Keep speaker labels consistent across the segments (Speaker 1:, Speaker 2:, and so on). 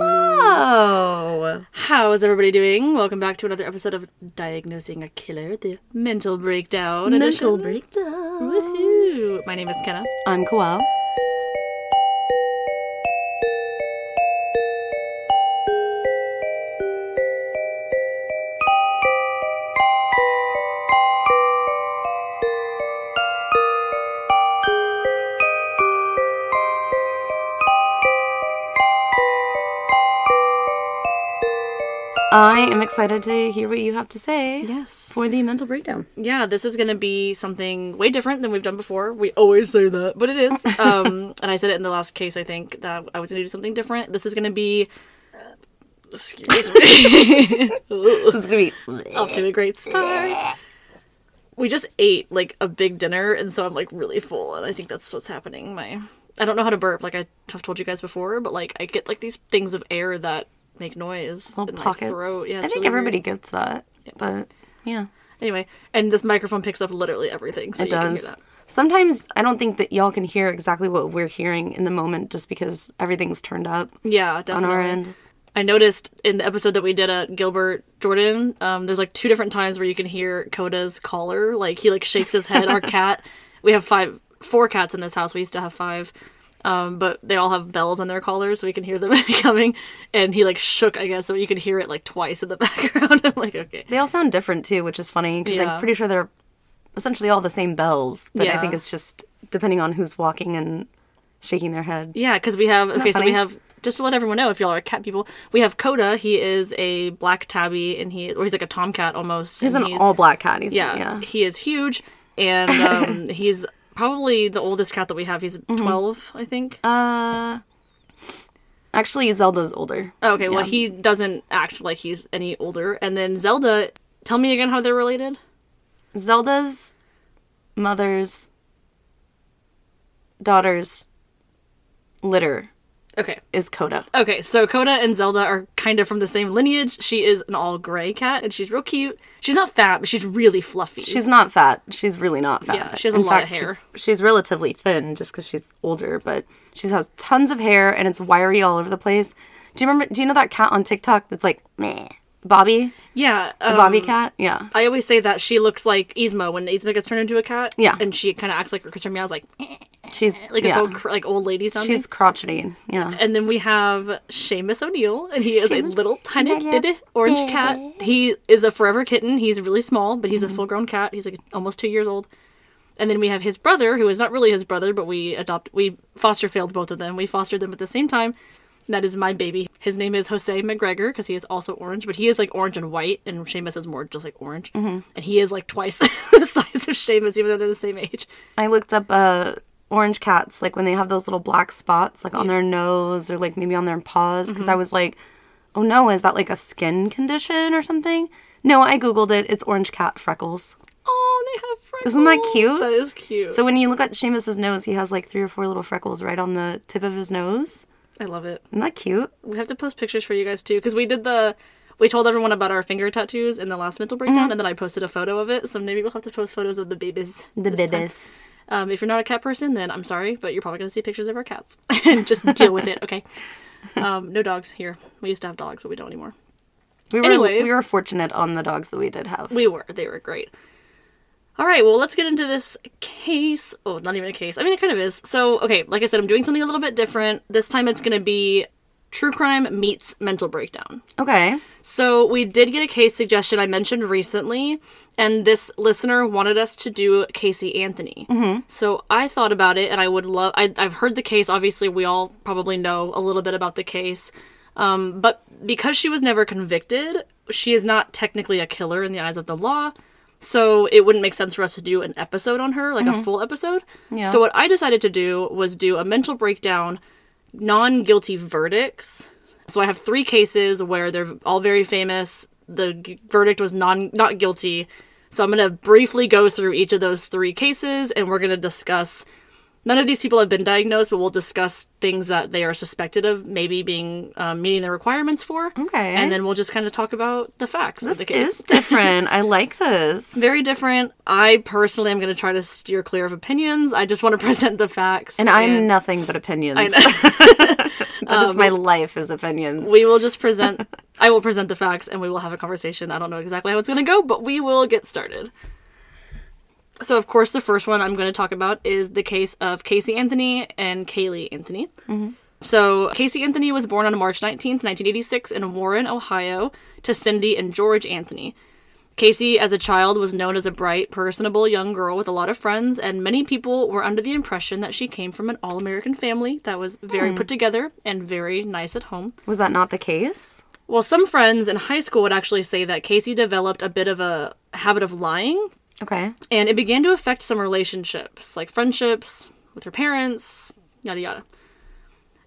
Speaker 1: Oh.
Speaker 2: How is everybody doing? Welcome back to another episode of Diagnosing a Killer, the mental breakdown.
Speaker 1: Mental
Speaker 2: edition.
Speaker 1: breakdown.
Speaker 2: Woohoo! My name is Kenna.
Speaker 1: I'm Koal. I am excited to hear what you have to say
Speaker 2: Yes.
Speaker 1: for the mental breakdown.
Speaker 2: yeah, this is going to be something way different than we've done before. We always say that, but it is. Um, and I said it in the last case, I think, that I was going to do something different. This is going to be. Excuse me.
Speaker 1: This is gonna be
Speaker 2: Off to a great start. We just ate like a big dinner, and so I'm like really full, and I think that's what's happening. My I don't know how to burp, like I have told you guys before, but like I get like these things of air that make noise
Speaker 1: little
Speaker 2: in
Speaker 1: pockets.
Speaker 2: my throat. Yeah,
Speaker 1: I
Speaker 2: it's
Speaker 1: think
Speaker 2: really
Speaker 1: everybody
Speaker 2: weird.
Speaker 1: gets that, but yeah,
Speaker 2: Anyway, and this microphone picks up literally everything, so
Speaker 1: it
Speaker 2: you can hear
Speaker 1: does.
Speaker 2: that.
Speaker 1: Sometimes I don't think that y'all can hear exactly what we're hearing in the moment, just because everything's turned up.
Speaker 2: Yeah, definitely.
Speaker 1: our end.
Speaker 2: I noticed in the episode that we did at Gilbert Jordan, um, there's like two different times where you can hear Coda's collar. Like he like shakes his head. Our cat, we have five, four cats in this house. We used to have five, um, but they all have bells on their collars, so we can hear them coming. And he like shook, I guess, so you could hear it like twice in the background. I'm like, okay,
Speaker 1: They all sound different too, which is funny because
Speaker 2: Yeah.
Speaker 1: I'm pretty sure they're essentially all the same bells, but I think
Speaker 2: Yeah.
Speaker 1: it's just depending on who's walking and shaking their head.
Speaker 2: Yeah, because we have okay, so
Speaker 1: funny?
Speaker 2: we have just to let everyone know if y'all are cat people, we have Coda. He is a black tabby, and he or he's like a tomcat almost.
Speaker 1: He's
Speaker 2: and
Speaker 1: an all black cat. He's,
Speaker 2: yeah,
Speaker 1: yeah, yeah.
Speaker 2: he is huge, and um, he's probably the oldest cat that we have. He's 12, I think.
Speaker 1: Mm-hmm. Uh, actually, Zelda's older.
Speaker 2: Oh, okay, well he doesn't act like he's any older. And then Zelda, tell me again how they're related.
Speaker 1: Zelda's mother's daughter's litter
Speaker 2: Okay.
Speaker 1: is Coda.
Speaker 2: Okay, so Coda and Zelda are kind of from the same lineage. She is an all gray cat, and she's real cute. She's not fat, but she's really fluffy.
Speaker 1: She's not fat. She's really not fat.
Speaker 2: Yeah, she has a lot of hair.
Speaker 1: She's, she's relatively thin just because she's older, but she has tons of hair and it's wiry all over the place. Do you remember? Do you know that cat on TikTok that's like meh, Bobby,
Speaker 2: yeah, um,
Speaker 1: Bobby cat? Yeah,
Speaker 2: I always say that she looks like Yzma when Yzma gets turned into a cat.
Speaker 1: Yeah.
Speaker 2: and she kind of acts like her because her meow's like
Speaker 1: she's
Speaker 2: like
Speaker 1: yeah.
Speaker 2: it's old cr- like old lady sounding.
Speaker 1: She's crotchety. Yeah,
Speaker 2: and then we have Seamus O'Neill, and he is a little tiny bitty orange cat. He is a forever kitten. He's really small, but
Speaker 1: Mm-hmm.
Speaker 2: he's a full-grown cat. He's like almost two years old. And then we have his brother, who is not really his brother, but we adopt we foster failed both of them. We fostered them at the same time. And that is my baby. His name is Jose McGregor because he is also orange, but he is like orange and white, and Seamus is more just like orange.
Speaker 1: Mm-hmm.
Speaker 2: And he is like twice the size of Seamus, even though they're the same age.
Speaker 1: I looked up uh orange cats like when they have those little black spots like on their nose or like maybe on their paws because I
Speaker 2: Mm-hmm.
Speaker 1: was like, oh no, is that like a skin condition or something? No, I googled it. It's orange cat freckles.
Speaker 2: Oh, they have freckles.
Speaker 1: Isn't that cute?
Speaker 2: That is cute.
Speaker 1: So when you look at Seamus's nose, he has like three or four little freckles right on the tip of his nose.
Speaker 2: I love it.
Speaker 1: Isn't that cute?
Speaker 2: We have to post pictures for you guys too, because we did the. We told everyone about our finger tattoos in the last mental breakdown, and then I posted a photo of it. So maybe we'll have to post photos of the babies.
Speaker 1: The
Speaker 2: this time.
Speaker 1: bibis.
Speaker 2: Um, if you're not a cat person, then I'm sorry, but you're probably gonna see pictures of our cats. and Just deal with it, okay? Um, no dogs here. We used to have dogs, but we don't anymore.
Speaker 1: We were
Speaker 2: Anyway.
Speaker 1: we were fortunate on the dogs that we did have.
Speaker 2: We were. They were great. All right, well, let's get into this case. Oh, not even a case. I mean, it kind of is. So, okay, like I said, I'm doing something a little bit different. This time it's going to be true crime meets mental breakdown.
Speaker 1: Okay.
Speaker 2: So, we did get a case suggestion I mentioned recently, and this listener wanted us to do Casey Anthony. Mm-hmm. So, I thought about it, and I would love, I, I've heard the case. Obviously, we all probably know a little bit about the case. Um, but because she was never convicted, she is not technically a killer in the eyes of the law. So it wouldn't make sense for us to do an episode on her, like a full episode.
Speaker 1: Yeah.
Speaker 2: So what I decided to do was do a mental breakdown, non guilty verdicts. So I have three cases where they're all very famous. The g- verdict was non not guilty. So I'm gonna briefly go through each of those three cases, and we're gonna discuss None of these people have been diagnosed, but we'll discuss things that they are suspected of maybe being um, meeting the requirements for.
Speaker 1: Okay.
Speaker 2: And then we'll just kind of talk about the facts of the case.
Speaker 1: This is different. I like this.
Speaker 2: Very different. I personally am going to try to steer clear of opinions. I just want to present the facts.
Speaker 1: And I'm
Speaker 2: Um,
Speaker 1: nothing but opinions. That is my life is opinions.
Speaker 2: We will just present I will present the facts and we will have a conversation. I don't know exactly how it's going to go, but we will get started. So, of course, the first one I'm going to talk about is the case of Casey Anthony and Kaylee Anthony. So, Casey Anthony was born on March 19th, 1986, in Warren, Ohio, to Cindy and George Anthony. Casey, as a child, was known as a bright, personable young girl with a lot of friends, and many people were under the impression that she came from an all American family that was very put together and very nice at home.
Speaker 1: Was that not the case?
Speaker 2: Well, some friends in high school would actually say that Casey developed a bit of a habit of lying,
Speaker 1: Okay.
Speaker 2: and it began to affect some relationships, like friendships with her parents, yada yada.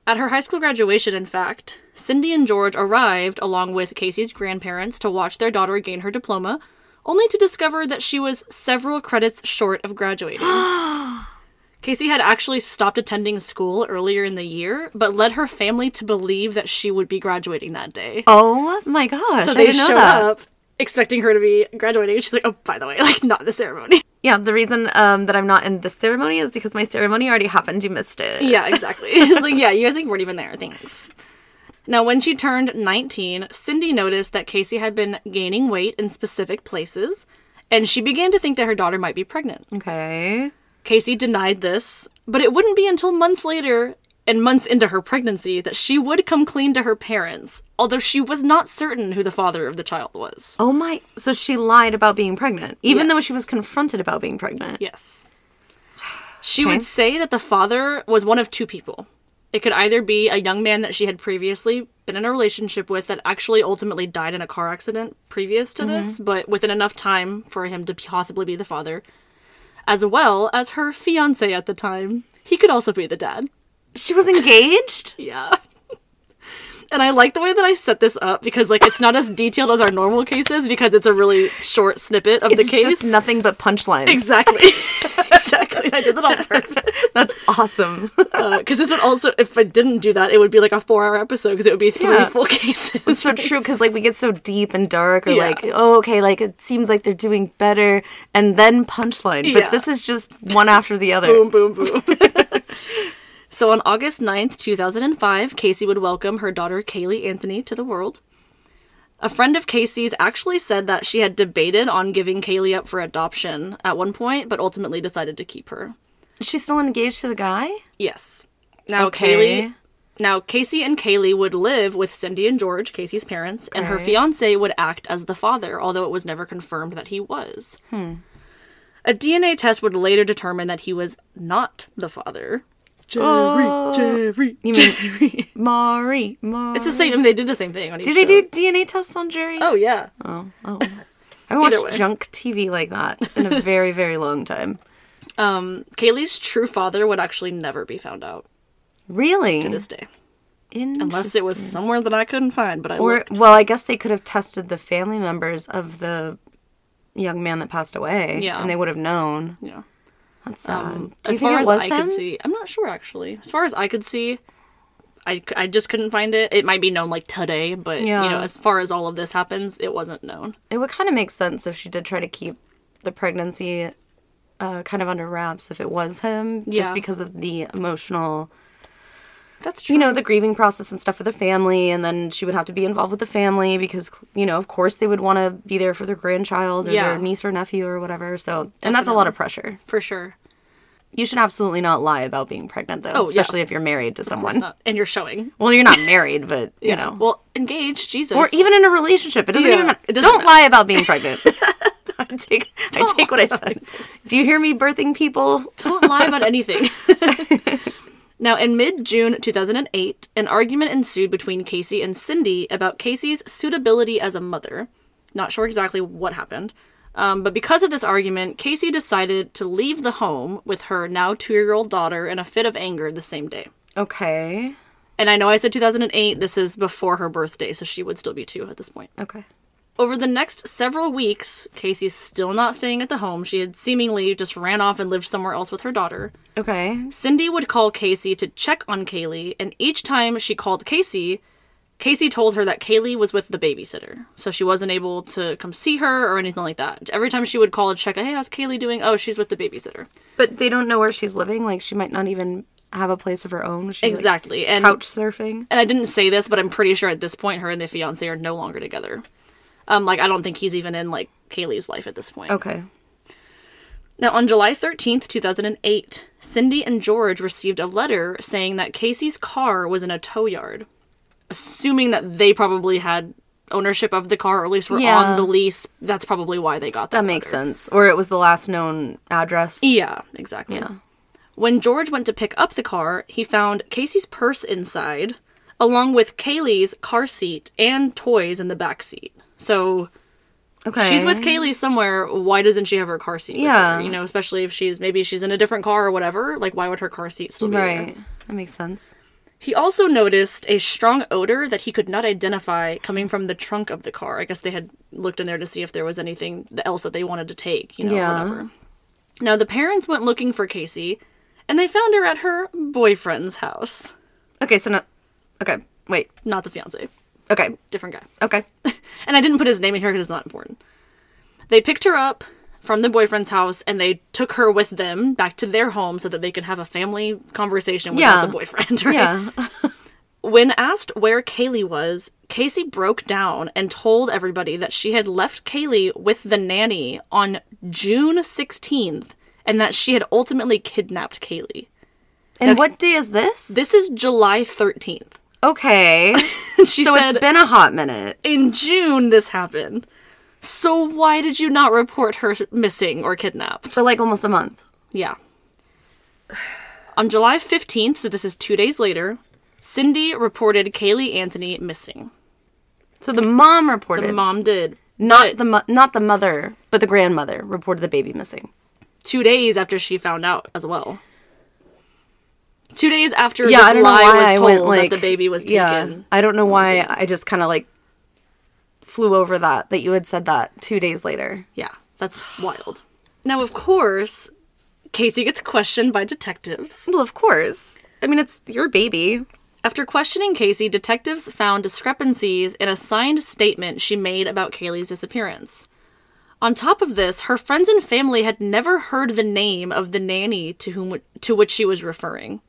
Speaker 2: At her high school graduation, in fact, Cindy and George arrived along with Casey's grandparents to watch their daughter gain her diploma, only to discover that she was several credits short of graduating. Casey had actually stopped attending school earlier in the year, but led her family to believe that she would be graduating that day.
Speaker 1: Oh my gosh.
Speaker 2: So
Speaker 1: I
Speaker 2: they
Speaker 1: didn't know
Speaker 2: showed
Speaker 1: that.
Speaker 2: up expecting her to be graduating. and She's like, oh, by the way, like, not the ceremony.
Speaker 1: Yeah, the reason um, that I'm not in this ceremony is because my ceremony already happened. You missed it.
Speaker 2: yeah, exactly. It's like, yeah, you guys like, weren't even there. Thanks. Now, when she turned 19, Cindy noticed that Casey had been gaining weight in specific places, and she began to think that her daughter might be pregnant.
Speaker 1: Okay.
Speaker 2: Casey denied this, but it wouldn't be until months later and months into her pregnancy that she would come clean to her parents, although she was not certain who the father of the child was.
Speaker 1: Oh my. So she lied about being pregnant, even though
Speaker 2: Yes.
Speaker 1: she was confronted about being pregnant.
Speaker 2: Yes. She would say that the father was one of two people. It could either be a young man that she had previously been in a relationship with that actually ultimately died in a car accident previous to this,
Speaker 1: Mm-hmm.
Speaker 2: but within enough time for him to possibly be the father, as well as her fiance at the time. He could also be the dad.
Speaker 1: She was engaged?
Speaker 2: Yeah. And I like the way that I set this up because like it's not as detailed as our normal cases because it's a really short snippet of
Speaker 1: It's
Speaker 2: the case.
Speaker 1: just nothing but punchlines.
Speaker 2: exactly. exactly. I did that on purpose.
Speaker 1: That's awesome.
Speaker 2: because Uh, this would also if i didn't do that it would be like a four hour episode because it would be three
Speaker 1: Yeah.
Speaker 2: full cases
Speaker 1: so true because like we get so deep and dark or
Speaker 2: Yeah.
Speaker 1: like oh okay like it seems like they're doing better and then punchline but
Speaker 2: Yeah.
Speaker 1: this is just one after the other
Speaker 2: boom boom boom so on august 9th 2005 casey would welcome her daughter kaylee anthony to the world a friend of casey's actually said that she had debated on giving kaylee up for adoption at one point but ultimately decided to keep her
Speaker 1: she's still engaged to the guy
Speaker 2: yes now
Speaker 1: Okay.
Speaker 2: kaylee now casey and kaylee would live with cindy and george casey's parents and her
Speaker 1: Okay.
Speaker 2: fiance would act as the father although it was never confirmed that he was
Speaker 1: Hmm.
Speaker 2: A DNA test would later determine that he was not the father. Jerry, Jerry,
Speaker 1: Oh. you mean Mari Mari
Speaker 2: It's the same. I mean, they do the same thing on each
Speaker 1: do they
Speaker 2: show.
Speaker 1: do DNA tests on Jerry
Speaker 2: Oh yeah.
Speaker 1: oh I haven't
Speaker 2: Either
Speaker 1: watched
Speaker 2: way.
Speaker 1: junk TV like that in a very very long time
Speaker 2: Um, Kaylee's true father would actually never be found out
Speaker 1: really
Speaker 2: this day, unless
Speaker 1: Interest-
Speaker 2: it was somewhere that I couldn't find. But I
Speaker 1: or
Speaker 2: looked.
Speaker 1: well I guess they could have tested the family members of the young man that passed away
Speaker 2: Yeah.
Speaker 1: and they would have known
Speaker 2: Yeah.
Speaker 1: that's sad
Speaker 2: Um,
Speaker 1: do you
Speaker 2: as
Speaker 1: think
Speaker 2: far
Speaker 1: it
Speaker 2: as
Speaker 1: was
Speaker 2: I
Speaker 1: them?
Speaker 2: could see, I'm not sure actually. As far as I could see, I, c- I just couldn't find it. It might be known like today, but you know,
Speaker 1: Yeah.
Speaker 2: as far as all of this happens, it wasn't known.
Speaker 1: it would kind of make sense if she did try to keep the pregnancy uh, kind of under wraps if it was him
Speaker 2: Yeah.
Speaker 1: just because of the emotional
Speaker 2: That's true.
Speaker 1: you know the grieving process and stuff with the family and then she would have to be involved with the family because you know of course they would want to be there for their grandchild or
Speaker 2: Yeah.
Speaker 1: their niece or nephew or whatever so and that's a lot of pressure
Speaker 2: for sure.
Speaker 1: you should absolutely not lie about being pregnant though
Speaker 2: Oh, yeah.
Speaker 1: especially if you're married to
Speaker 2: Of course
Speaker 1: someone
Speaker 2: not. And you're showing.
Speaker 1: well you're not married but you know
Speaker 2: Well, engaged, Jesus.
Speaker 1: or even in a relationship. It doesn't
Speaker 2: Yeah,
Speaker 1: even matter.
Speaker 2: it doesn't
Speaker 1: Don't
Speaker 2: matter.
Speaker 1: lie about being pregnant. I take I take what I said. Do you hear me, birthing people?
Speaker 2: Don't lie about anything. now, in mid June 2008, an argument ensued between Casey and Cindy about Casey's suitability as a mother. Not sure exactly what happened. Um, but because of this argument, Casey decided to leave the home with her now two year old daughter in a fit of anger the same day.
Speaker 1: Okay.
Speaker 2: And I know I said 2008, this is before her birthday, so she would still be two at this point.
Speaker 1: Okay.
Speaker 2: Over the next several weeks, Casey's still not staying at the home. She had seemingly just ran off and lived somewhere else with her daughter.
Speaker 1: Okay.
Speaker 2: Cindy would call Casey to check on Kaylee, and each time she called Casey, Casey told her that Kaylee was with the babysitter. So she wasn't able to come see her or anything like that. Every time she would call and check, hey, how's Kaylee doing? Oh, she's with the babysitter.
Speaker 1: But they don't know where she's living. Like she might not even have a place of her own. She's exactly.
Speaker 2: exactly. and
Speaker 1: couch surfing.
Speaker 2: and I didn't say this, but I'm pretty sure at this point her and the fiance are no longer together. Um, like I don't think he's even in like Kaylee's life at this point.
Speaker 1: Okay.
Speaker 2: Now, on July 13th, 2008, Cindy and George received a letter saying that Casey's car was in a tow yard, assuming that they probably had ownership of the car, or at least were
Speaker 1: Yeah.
Speaker 2: on the lease. That's probably why they got that.
Speaker 1: That makes sense. Or it was the last known address.
Speaker 2: Yeah, exactly.
Speaker 1: Yeah.
Speaker 2: When George went to pick up the car, he found Casey's purse inside, along with Kaylee's car seat and toys in the back seat. So
Speaker 1: Okay.
Speaker 2: she's with Kaylee somewhere. Why doesn't she have her car seat? Yeah,
Speaker 1: Yeah.
Speaker 2: you know, especially if she's maybe she's in a different car or whatever. Like, why would her car seat still be there?
Speaker 1: Right. That makes sense.
Speaker 2: He also noticed a strong odor that he could not identify coming from the trunk of the car. I guess they had looked in there to see if there was anything else that they wanted to take, you know,
Speaker 1: Yeah.
Speaker 2: whatever. Now, the parents went looking for Casey, and they found her at her boyfriend's house.
Speaker 1: Okay, so no. Okay. Wait.
Speaker 2: Not the fiance,
Speaker 1: Okay.
Speaker 2: different guy.
Speaker 1: Okay.
Speaker 2: And I didn't put his name in here because it's not important. They picked her up from the boyfriend's house and they took her with them back to their home so that they could have a family conversation without
Speaker 1: Yeah.
Speaker 2: the boyfriend, right?
Speaker 1: Yeah.
Speaker 2: When asked where Kaylee was, Casey broke down and told everybody that she had left Kaylee with the nanny on June 16th and that she had ultimately kidnapped Kaylee.
Speaker 1: And what day is this?
Speaker 2: This is July 13th.
Speaker 1: Okay.
Speaker 2: she
Speaker 1: so
Speaker 2: said,
Speaker 1: it's been a hot minute.
Speaker 2: in June this happened. So why did you not report her missing or kidnapped?
Speaker 1: For like almost a month.
Speaker 2: Yeah. On July 15th, so this is two days later, Cindy reported Kaylee Anthony missing.
Speaker 1: So the mom reported.
Speaker 2: Mom did.
Speaker 1: not the mo- not the mother, but the grandmother reported the baby missing.
Speaker 2: two days after she found out as well. Two days after
Speaker 1: Yeah,
Speaker 2: this
Speaker 1: I don't know
Speaker 2: lie
Speaker 1: why
Speaker 2: was
Speaker 1: I
Speaker 2: told
Speaker 1: went like
Speaker 2: that the baby was taken.
Speaker 1: Yeah, I don't know why I just kind of like flew over that that you had said that two days later.
Speaker 2: Yeah, that's wild. Now, of course, Casey gets questioned by detectives.
Speaker 1: Well, of course. I mean, it's your baby.
Speaker 2: After questioning Casey, detectives found discrepancies in a signed statement she made about Kaylee's disappearance. On top of this, her friends and family had never heard the name of the nanny to whom to which she was referring.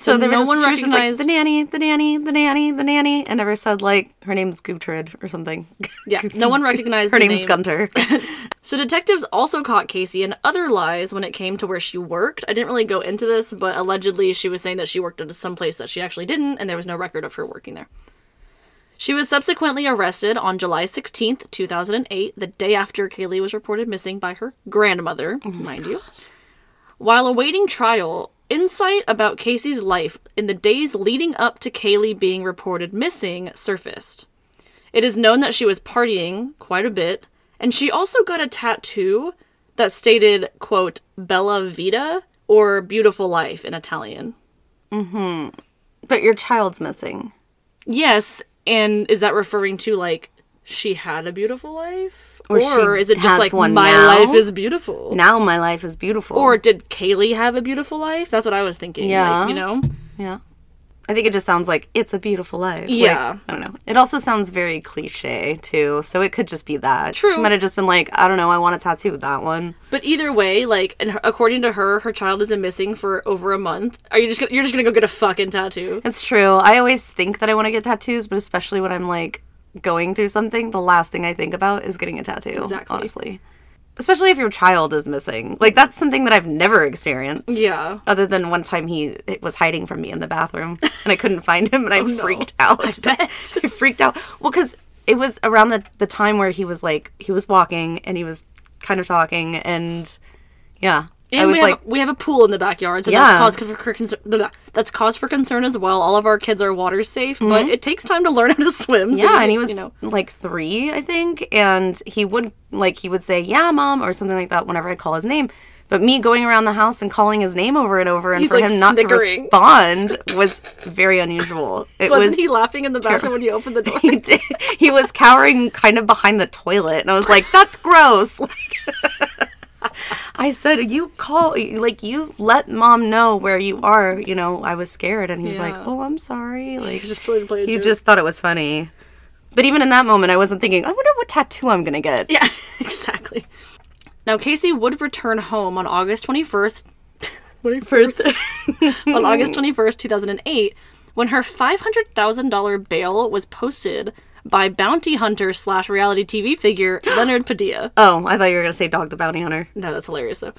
Speaker 2: So,
Speaker 1: So there
Speaker 2: no
Speaker 1: was
Speaker 2: one
Speaker 1: just, she was just
Speaker 2: recognized
Speaker 1: like, the nanny, the nanny, the nanny, the nanny, and never said like her name's Gutrid or something.
Speaker 2: Yeah, no one recognized
Speaker 1: her
Speaker 2: the
Speaker 1: name's
Speaker 2: name.
Speaker 1: Gunter.
Speaker 2: So detectives also caught Casey in other lies when it came to where she worked. I didn't really go into this, but allegedly she was saying that she worked at some place that she actually didn't, and there was no record of her working there. She was subsequently arrested on July 16th, 2008, the day after Kaylee was reported missing by her grandmother, mind you. While awaiting trial, insight about Casey's life in the days leading up to Kaylee being reported missing surfaced. It is known that she was partying quite a bit, and she also got a tattoo that stated, quote, Bella Vita or beautiful life in Italian.
Speaker 1: but your child's missing.
Speaker 2: Yes, and is that referring to like she had a beautiful life? Or,
Speaker 1: Or she
Speaker 2: is it just
Speaker 1: has
Speaker 2: like
Speaker 1: one
Speaker 2: my
Speaker 1: now?
Speaker 2: life is beautiful?
Speaker 1: Now my life is beautiful.
Speaker 2: Or did Kaylee have a beautiful life? That's what I was thinking.
Speaker 1: Yeah.
Speaker 2: Like, you know?
Speaker 1: Yeah. I think it just sounds like it's a beautiful life. Like,
Speaker 2: Yeah.
Speaker 1: I don't know. It also sounds very cliche too, so it could just be that.
Speaker 2: True.
Speaker 1: She might have just been like, I don't know, I want a tattoo with that one.
Speaker 2: But either way, like, and her- according to her, her child has been missing for over a month. Are you just gonna, you're just gonna go get a fucking tattoo?
Speaker 1: It's true. I always think that I want to get tattoos, but especially when I'm like going through something, the last thing I think about is getting a tattoo.
Speaker 2: Exactly.
Speaker 1: Honestly. Especially if your child is missing. Like that's something that I've never experienced.
Speaker 2: Yeah.
Speaker 1: Other than one time he was hiding from me in the bathroom and I couldn't find him and I freaked out.
Speaker 2: Oh, I bet.
Speaker 1: I freaked out. Well, because it was around the, the time where he was like, he was walking and he was kind of talking, and yeah.
Speaker 2: And
Speaker 1: I was
Speaker 2: we have,
Speaker 1: like,
Speaker 2: we have a pool in the backyard, so
Speaker 1: Yeah.
Speaker 2: that's cause for for concern. blah, That's cause for concern as well. All of our kids are water safe, but it takes time to learn how to swim. so
Speaker 1: yeah,
Speaker 2: you-
Speaker 1: and he was
Speaker 2: you know,
Speaker 1: like three, I think, and he would like he would say, "Yeah, mom," or something like that whenever I call his name. But me going around the house and calling his name over and over, and
Speaker 2: He's,
Speaker 1: for
Speaker 2: like,
Speaker 1: him not
Speaker 2: snickering.
Speaker 1: to respond was very unusual. It
Speaker 2: wasn't
Speaker 1: was
Speaker 2: he laughing in the bathroom when you opened the door?
Speaker 1: he did. He was cowering kind of behind the toilet, and I was like, "That's gross." Like, I said, "You call, like, you let mom know where you are." You know, I was scared, and he was like,
Speaker 2: Yeah.
Speaker 1: "Oh, I'm sorry." Like,
Speaker 2: was just trying to play a
Speaker 1: he
Speaker 2: joke.
Speaker 1: just thought it was funny. But even in that moment, I wasn't thinking, "I wonder what tattoo I'm gonna get."
Speaker 2: yeah, exactly. Now Casey would return home on August twenty first. 21st. on August 21st, 2008, when her $500,000 bail was posted by bounty hunter slash reality TV figure Leonard Padilla.
Speaker 1: Oh, I thought you were going to say Dog the Bounty Hunter.
Speaker 2: No, that's hilarious though.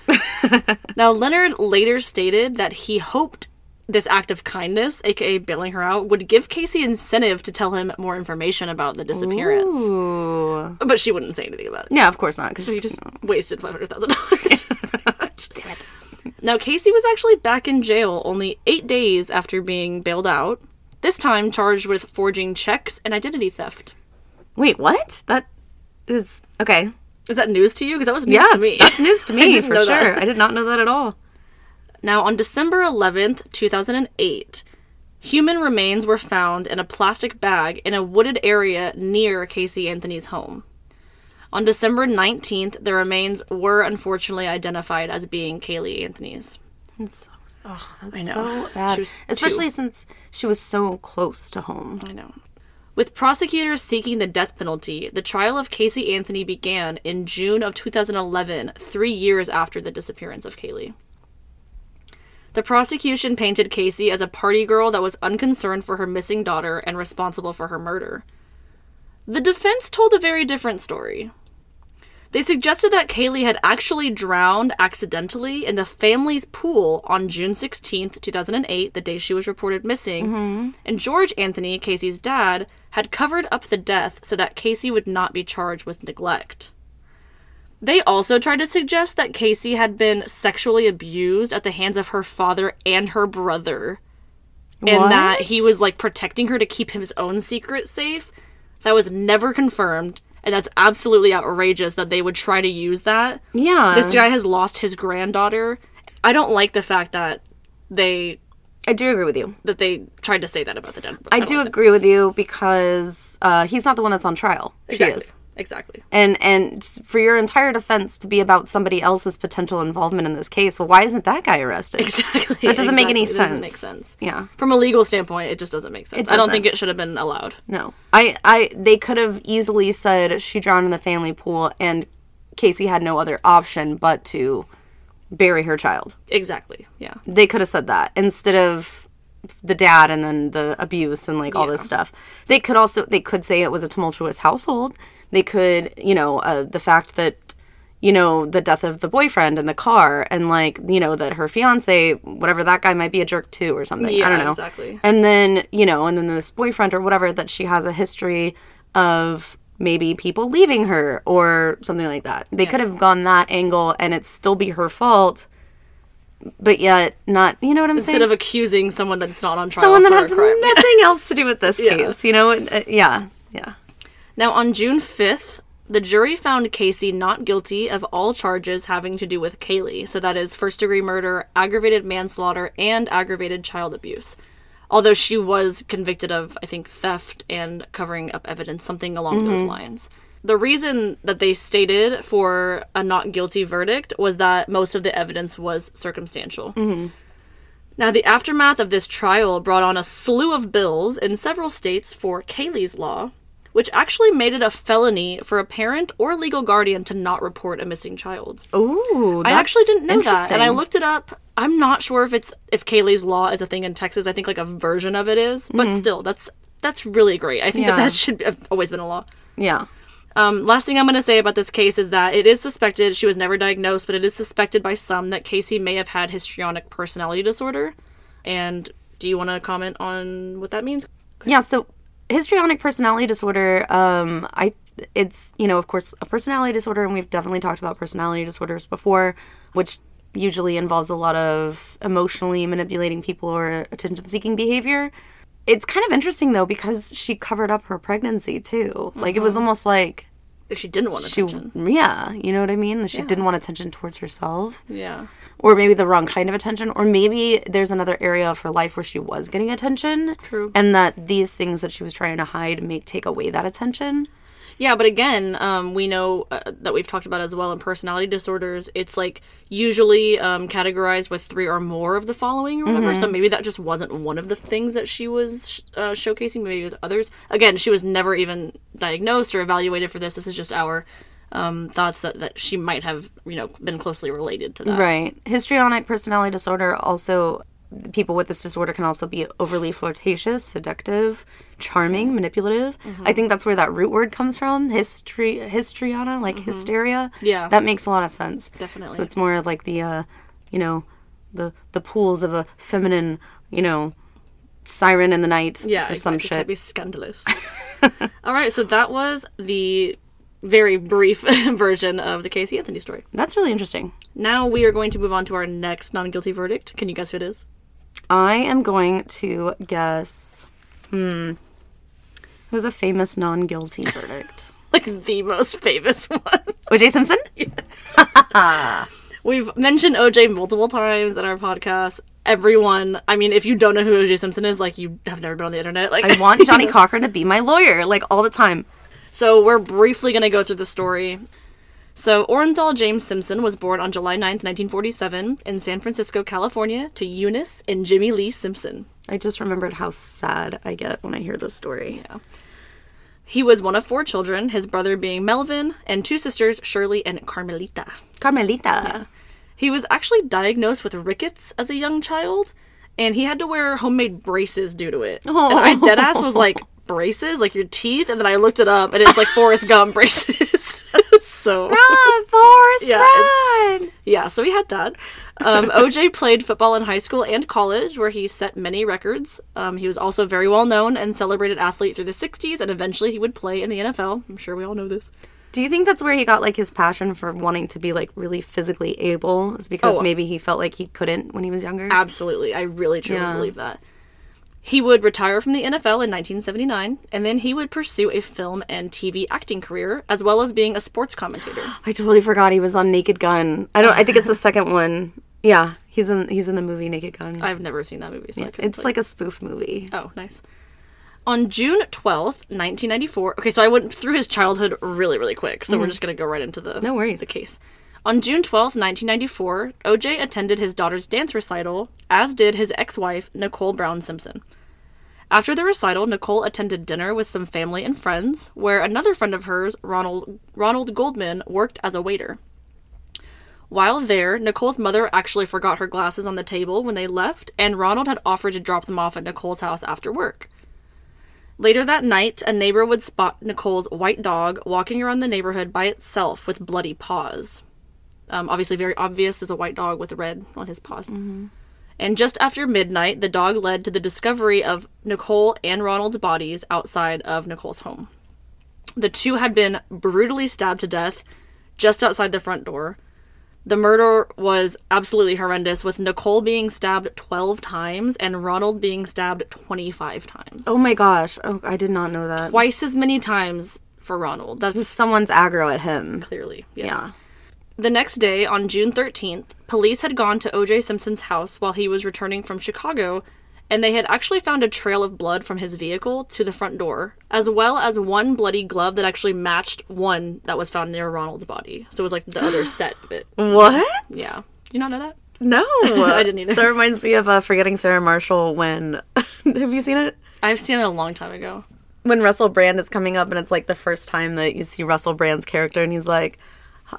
Speaker 2: now, Leonard later stated that he hoped this act of kindness, aka bailing her out, would give Casey incentive to tell him more information about the disappearance.
Speaker 1: Ooh.
Speaker 2: But she wouldn't say anything about it.
Speaker 1: Yeah, of course not. Because
Speaker 2: So he just wasted five hundred thousand dollars. Damn it. Now Casey was actually back in jail only eight days after being bailed out. This time charged with forging checks and identity theft.
Speaker 1: wait, what? That is okay.
Speaker 2: Is that news to you? Because that was news
Speaker 1: Yeah,
Speaker 2: to me.
Speaker 1: that's news to
Speaker 2: I
Speaker 1: me
Speaker 2: didn't
Speaker 1: for
Speaker 2: know
Speaker 1: sure.
Speaker 2: that.
Speaker 1: I did not know that at all.
Speaker 2: Now, on December 11th, 2008, human remains were found in a plastic bag in a wooded area near Casey Anthony's home. On December 19th, the remains were unfortunately identified as being Kaylee Anthony's.
Speaker 1: It's so, oh, that's
Speaker 2: know.
Speaker 1: so bad.
Speaker 2: She was
Speaker 1: Especially since she was so close to home.
Speaker 2: I know. With prosecutors seeking the death penalty, the trial of Casey Anthony began in June of 2011, three years after the disappearance of Kaylee. The prosecution painted Casey as a party girl that was unconcerned for her missing daughter and responsible for her murder. The defense told a very different story. They suggested that Kaylee had actually drowned accidentally in the family's pool on June 16th, 2008, the day she was reported missing, and George Anthony, Casey's dad, had covered up the death so that Casey would not be charged with neglect. They also tried to suggest that Casey had been sexually abused at the hands of her father and her brother, and that he was like protecting her to keep his own secret safe. That was never confirmed, and that's absolutely outrageous that they would try to use that.
Speaker 1: Yeah.
Speaker 2: This guy has lost his granddaughter. I don't like the fact that they
Speaker 1: I do agree with you.
Speaker 2: that they tried to say that about the dead.
Speaker 1: I do agree with you because uh, he's not the one that's on trial.
Speaker 2: exactly.
Speaker 1: She is.
Speaker 2: Exactly.
Speaker 1: And and for your entire defense to be about somebody else's potential involvement in this case, well, why isn't that guy arrested?
Speaker 2: Exactly.
Speaker 1: That doesn't make any
Speaker 2: It doesn't
Speaker 1: sense.
Speaker 2: make sense.
Speaker 1: Yeah.
Speaker 2: From a legal standpoint, it just doesn't make sense. I don't
Speaker 1: doesn't.
Speaker 2: think it should have been allowed.
Speaker 1: No. I I they could have easily said she drowned in the family pool and Casey had no other option but to bury her child.
Speaker 2: Exactly. Yeah.
Speaker 1: They could have said that instead of the dad and then the abuse and like all this stuff. They could also they could say it was a tumultuous household. They could, you know, uh, the fact that you know the death of the boyfriend in the car and like you know that her fiance whatever that guy might be a jerk too or something i
Speaker 2: Yeah,
Speaker 1: don't know
Speaker 2: exactly.
Speaker 1: and then you know and then this boyfriend or whatever that she has a history of maybe people leaving her or something like that they could have gone that angle and it still be her fault but yet not you know what i'm
Speaker 2: Instead
Speaker 1: saying
Speaker 2: of accusing someone that's not on trial
Speaker 1: someone that
Speaker 2: for
Speaker 1: has
Speaker 2: a crime.
Speaker 1: nothing else to do with this case you know and, uh, yeah yeah
Speaker 2: Now, on June 5th, the jury found Casey not guilty of all charges having to do with Kaylee. So that is first degree murder, aggravated manslaughter, and aggravated child abuse. Although she was convicted of, I think, theft and covering up evidence, something along those lines. The reason that they stated for a not guilty verdict was that most of the evidence was circumstantial. Now, the aftermath of this trial brought on a slew of bills in several states for Kaylee's Law, which actually made it a felony for a parent or legal guardian to not report a missing child.
Speaker 1: Oh, Ooh,
Speaker 2: I actually didn't know that, and I
Speaker 1: look.
Speaker 2: looked it up. I'm not sure if it's if Kaylee's Law is a thing in Texas. I think like a version of it is, but still, that's that's really great. I think that
Speaker 1: Yeah.
Speaker 2: that should have always been a law.
Speaker 1: Yeah,
Speaker 2: Um, last thing I'm going to say about this case is that it is suspected, she was never diagnosed, but it is suspected by some that Casey may have had histrionic personality disorder. And do you want to comment on what that means?
Speaker 1: yeah. So histrionic personality disorder. Um, I it's you know of course a personality disorder, and we've definitely talked about personality disorders before, which usually involves a lot of emotionally manipulating people or attention-seeking behavior. It's kind of interesting though because she covered up her pregnancy too. Like it
Speaker 2: Mm-hmm.
Speaker 1: was almost like
Speaker 2: If she didn't want
Speaker 1: she,
Speaker 2: attention.
Speaker 1: yeah, you know what I mean. She didn't want attention towards herself.
Speaker 2: yeah.
Speaker 1: or maybe the wrong kind of attention, or maybe there's another area of her life where she was getting attention.
Speaker 2: True.
Speaker 1: And that these things that she was trying to hide may take away that attention.
Speaker 2: Yeah, but again, um, we know uh, that we've talked about as well in personality disorders. It's like usually um, categorized with three or more of the following or whatever. So maybe that just wasn't one of the things that she was sh- uh, showcasing. Maybe with others. Again, she was never even diagnosed or evaluated for this. This is just our um, thoughts that, that she might have, you know, been closely related to that.
Speaker 1: Right. Histrionic personality disorder also people with this disorder can also be overly flirtatious, seductive, charming, manipulative.
Speaker 2: Mm-hmm.
Speaker 1: I think that's where that root word comes from, histri histriona, like hysteria.
Speaker 2: Mm-hmm. Yeah.
Speaker 1: That makes a lot of sense.
Speaker 2: Definitely.
Speaker 1: So it's more like the uh, you know, the the pools of a feminine, you know, siren in the night
Speaker 2: Yeah,
Speaker 1: or some
Speaker 2: exactly. Can't
Speaker 1: shit.
Speaker 2: be scandalous. All right, so that was the very brief version of the Casey Anthony story.
Speaker 1: That's really interesting.
Speaker 2: Now we are going to move on to our next non guilty verdict. Can you guess who it is?
Speaker 1: I am going to guess. Hmm. It was a famous non guilty verdict.
Speaker 2: Like the most famous one.
Speaker 1: OJ Simpson?
Speaker 2: We've mentioned OJ multiple times in our podcast. Everyone, I mean, if you don't know who OJ Simpson is, like you have never been on the internet. Like
Speaker 1: I want Johnny Cochran to be my lawyer, like all the time.
Speaker 2: So we're briefly going to go through the story. So Orenthal James Simpson was born on July 9th, 1947, in San Francisco, California, to Eunice and Jimmy Lee Simpson.
Speaker 1: I just remembered how sad I get when I hear this story.
Speaker 2: He was one of four children, his brother being Melvin, and two sisters, Shirley and Carmelita.
Speaker 1: Carmelita.
Speaker 2: He was actually diagnosed with rickets as a young child, and he had to wear homemade braces due to it. And I deadass was like, braces? Like your teeth? And then I looked it up, and it's like Forrest Gump braces. so.
Speaker 1: Ah, Forrest
Speaker 2: Yeah,
Speaker 1: Run!
Speaker 2: Yeah, so we had that. Um, OJ played football in high school and college, where he set many records. Um, he was also very well known and celebrated athlete through the 60s, and eventually he would play in the NFL. I'm sure we all know this.
Speaker 1: Do you think that's where he got like his passion for wanting to be like really physically able? Is because
Speaker 2: Oh.
Speaker 1: maybe he felt like he couldn't when he was younger?
Speaker 2: Absolutely. I really truly
Speaker 1: Yeah.
Speaker 2: believe that. He would retire from the NFL in 1979, and then he would pursue a film and TV acting career, as well as being a sports commentator.
Speaker 1: I totally forgot he was on Naked Gun. I don't. I think it's the second one. Yeah, he's in. He's in the movie Naked Gun.
Speaker 2: I've never seen that movie, so I couldn't
Speaker 1: it's like a spoof movie.
Speaker 2: Oh, nice. On June 12th, 1994. Okay, so I went through his childhood really, really quick. So we're just going to go right into the
Speaker 1: Mm-hmm. No worries.
Speaker 2: the case. On June 12th, 1994, OJ attended his daughter's dance recital, as did his ex-wife, Nicole Brown Simpson. After the recital, Nicole attended dinner with some family and friends, where another friend of hers, Ronald Ronald Goldman, worked as a waiter. While there, Nicole's mother actually forgot her glasses on the table when they left, and Ronald had offered to drop them off at Nicole's house after work. Later that night, a neighbor would spot Nicole's white dog walking around the neighborhood by itself with bloody paws. Um, obviously, very obvious is a white dog with red on his paws. And just after midnight, the dog led to the discovery of Nicole and Ronald's bodies outside of Nicole's home. The two had been brutally stabbed to death just outside the front door. The murder was absolutely horrendous, with Nicole being stabbed 12 times and Ronald being stabbed 25 times
Speaker 1: Oh my gosh! Oh, I did not know that.
Speaker 2: twice as many times for Ronald. That's
Speaker 1: Someone's aggro at him.
Speaker 2: clearly. Yes.
Speaker 1: Yeah.
Speaker 2: The next day, on June 13th, police had gone to OJ Simpson's house while he was returning from Chicago, and they had actually found a trail of blood from his vehicle to the front door, as well as one bloody glove that actually matched one that was found near Ronald's body. So it was like the other set of it.
Speaker 1: What?
Speaker 2: Yeah. Do you not know that?
Speaker 1: No,
Speaker 2: I didn't either.
Speaker 1: That reminds me of uh, forgetting Sarah Marshall when. have you seen it?
Speaker 2: I've seen it a long time ago.
Speaker 1: When Russell Brand is coming up, and it's like the first time that you see Russell Brand's character, and he's like.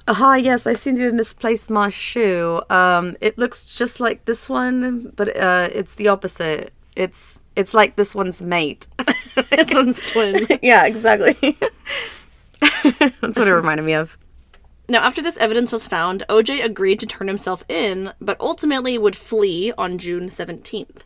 Speaker 1: Ah yes, I seem to have misplaced my shoe. Um, it looks just like this one, but uh, it's the opposite. It's it's like this one's mate.
Speaker 2: This one's twin.
Speaker 1: yeah, exactly. That's what it reminded me of.
Speaker 2: Now, after this evidence was found, OJ agreed to turn himself in, but ultimately would flee on June 17th.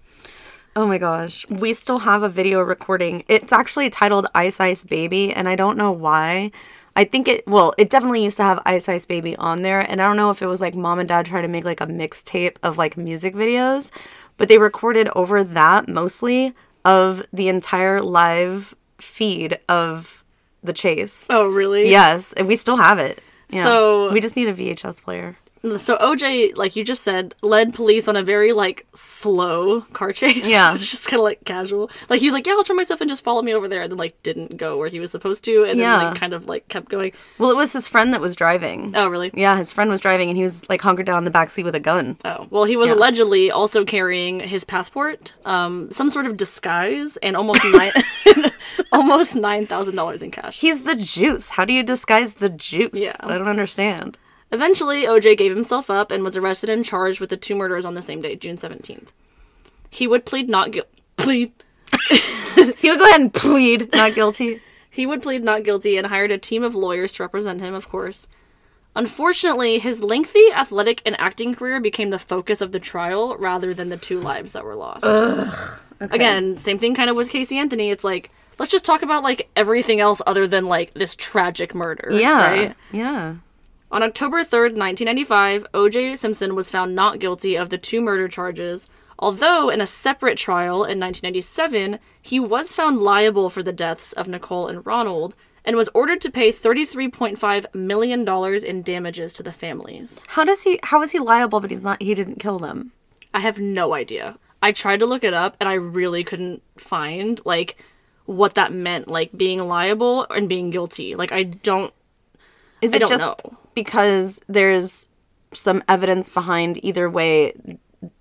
Speaker 1: Oh my gosh. We still have a video recording. It's actually titled Ice Ice Baby, and I don't know why. I think it, well, it definitely used to have Ice Ice Baby on there, and I don't know if it was like mom and dad tried to make like a mixtape of like music videos, but they recorded over that mostly of the entire live feed of the chase.
Speaker 2: Oh, really?
Speaker 1: Yes, and we still have it. Yeah.
Speaker 2: So-
Speaker 1: we just need a VHS player.
Speaker 2: So OJ, like you just said, led police on a very like slow car chase.
Speaker 1: Yeah.
Speaker 2: It's just kind of like casual. Like he was like, "Yeah, I'll turn myself and just follow me over there," and then like didn't go where he was supposed to, and then
Speaker 1: Yeah.
Speaker 2: like kind of like kept going.
Speaker 1: Well, it was his friend that was driving.
Speaker 2: Oh, really?
Speaker 1: Yeah, his friend was driving and he was like hunkered down in the backseat with a gun.
Speaker 2: Oh, well, he was allegedly also carrying his passport, um, some sort of disguise, and almost nine, almost nine thousand dollars in cash.
Speaker 1: He's the juice. How do you disguise the juice?
Speaker 2: Yeah.
Speaker 1: I don't understand.
Speaker 2: Eventually, OJ gave himself up and was arrested and charged with the two murders on the same day, June 17th. He would plead not guilty. Plead.
Speaker 1: He would go ahead and plead not guilty.
Speaker 2: He would plead not guilty and hired a team of lawyers to represent him, of course. Unfortunately, his lengthy athletic and acting career became the focus of the trial rather than the two lives that were lost. Again, same thing kind of with Casey Anthony. It's like, let's just talk about like everything else other than like this tragic murder.
Speaker 1: Yeah.
Speaker 2: right?
Speaker 1: Yeah.
Speaker 2: On October 3rd, 1995, O.J. Simpson was found not guilty of the two murder charges, although in a separate trial in 1997, he was found liable for the deaths of Nicole and Ronald and was ordered to pay $33.5 million in damages to the families.
Speaker 1: How does he how is he liable but he's not he didn't kill them?
Speaker 2: I have no idea. I tried to look it up and I really couldn't find like what that meant, like being liable and being guilty. Like I don't
Speaker 1: Is
Speaker 2: I
Speaker 1: it
Speaker 2: don't
Speaker 1: just
Speaker 2: know.
Speaker 1: because there's some evidence behind either way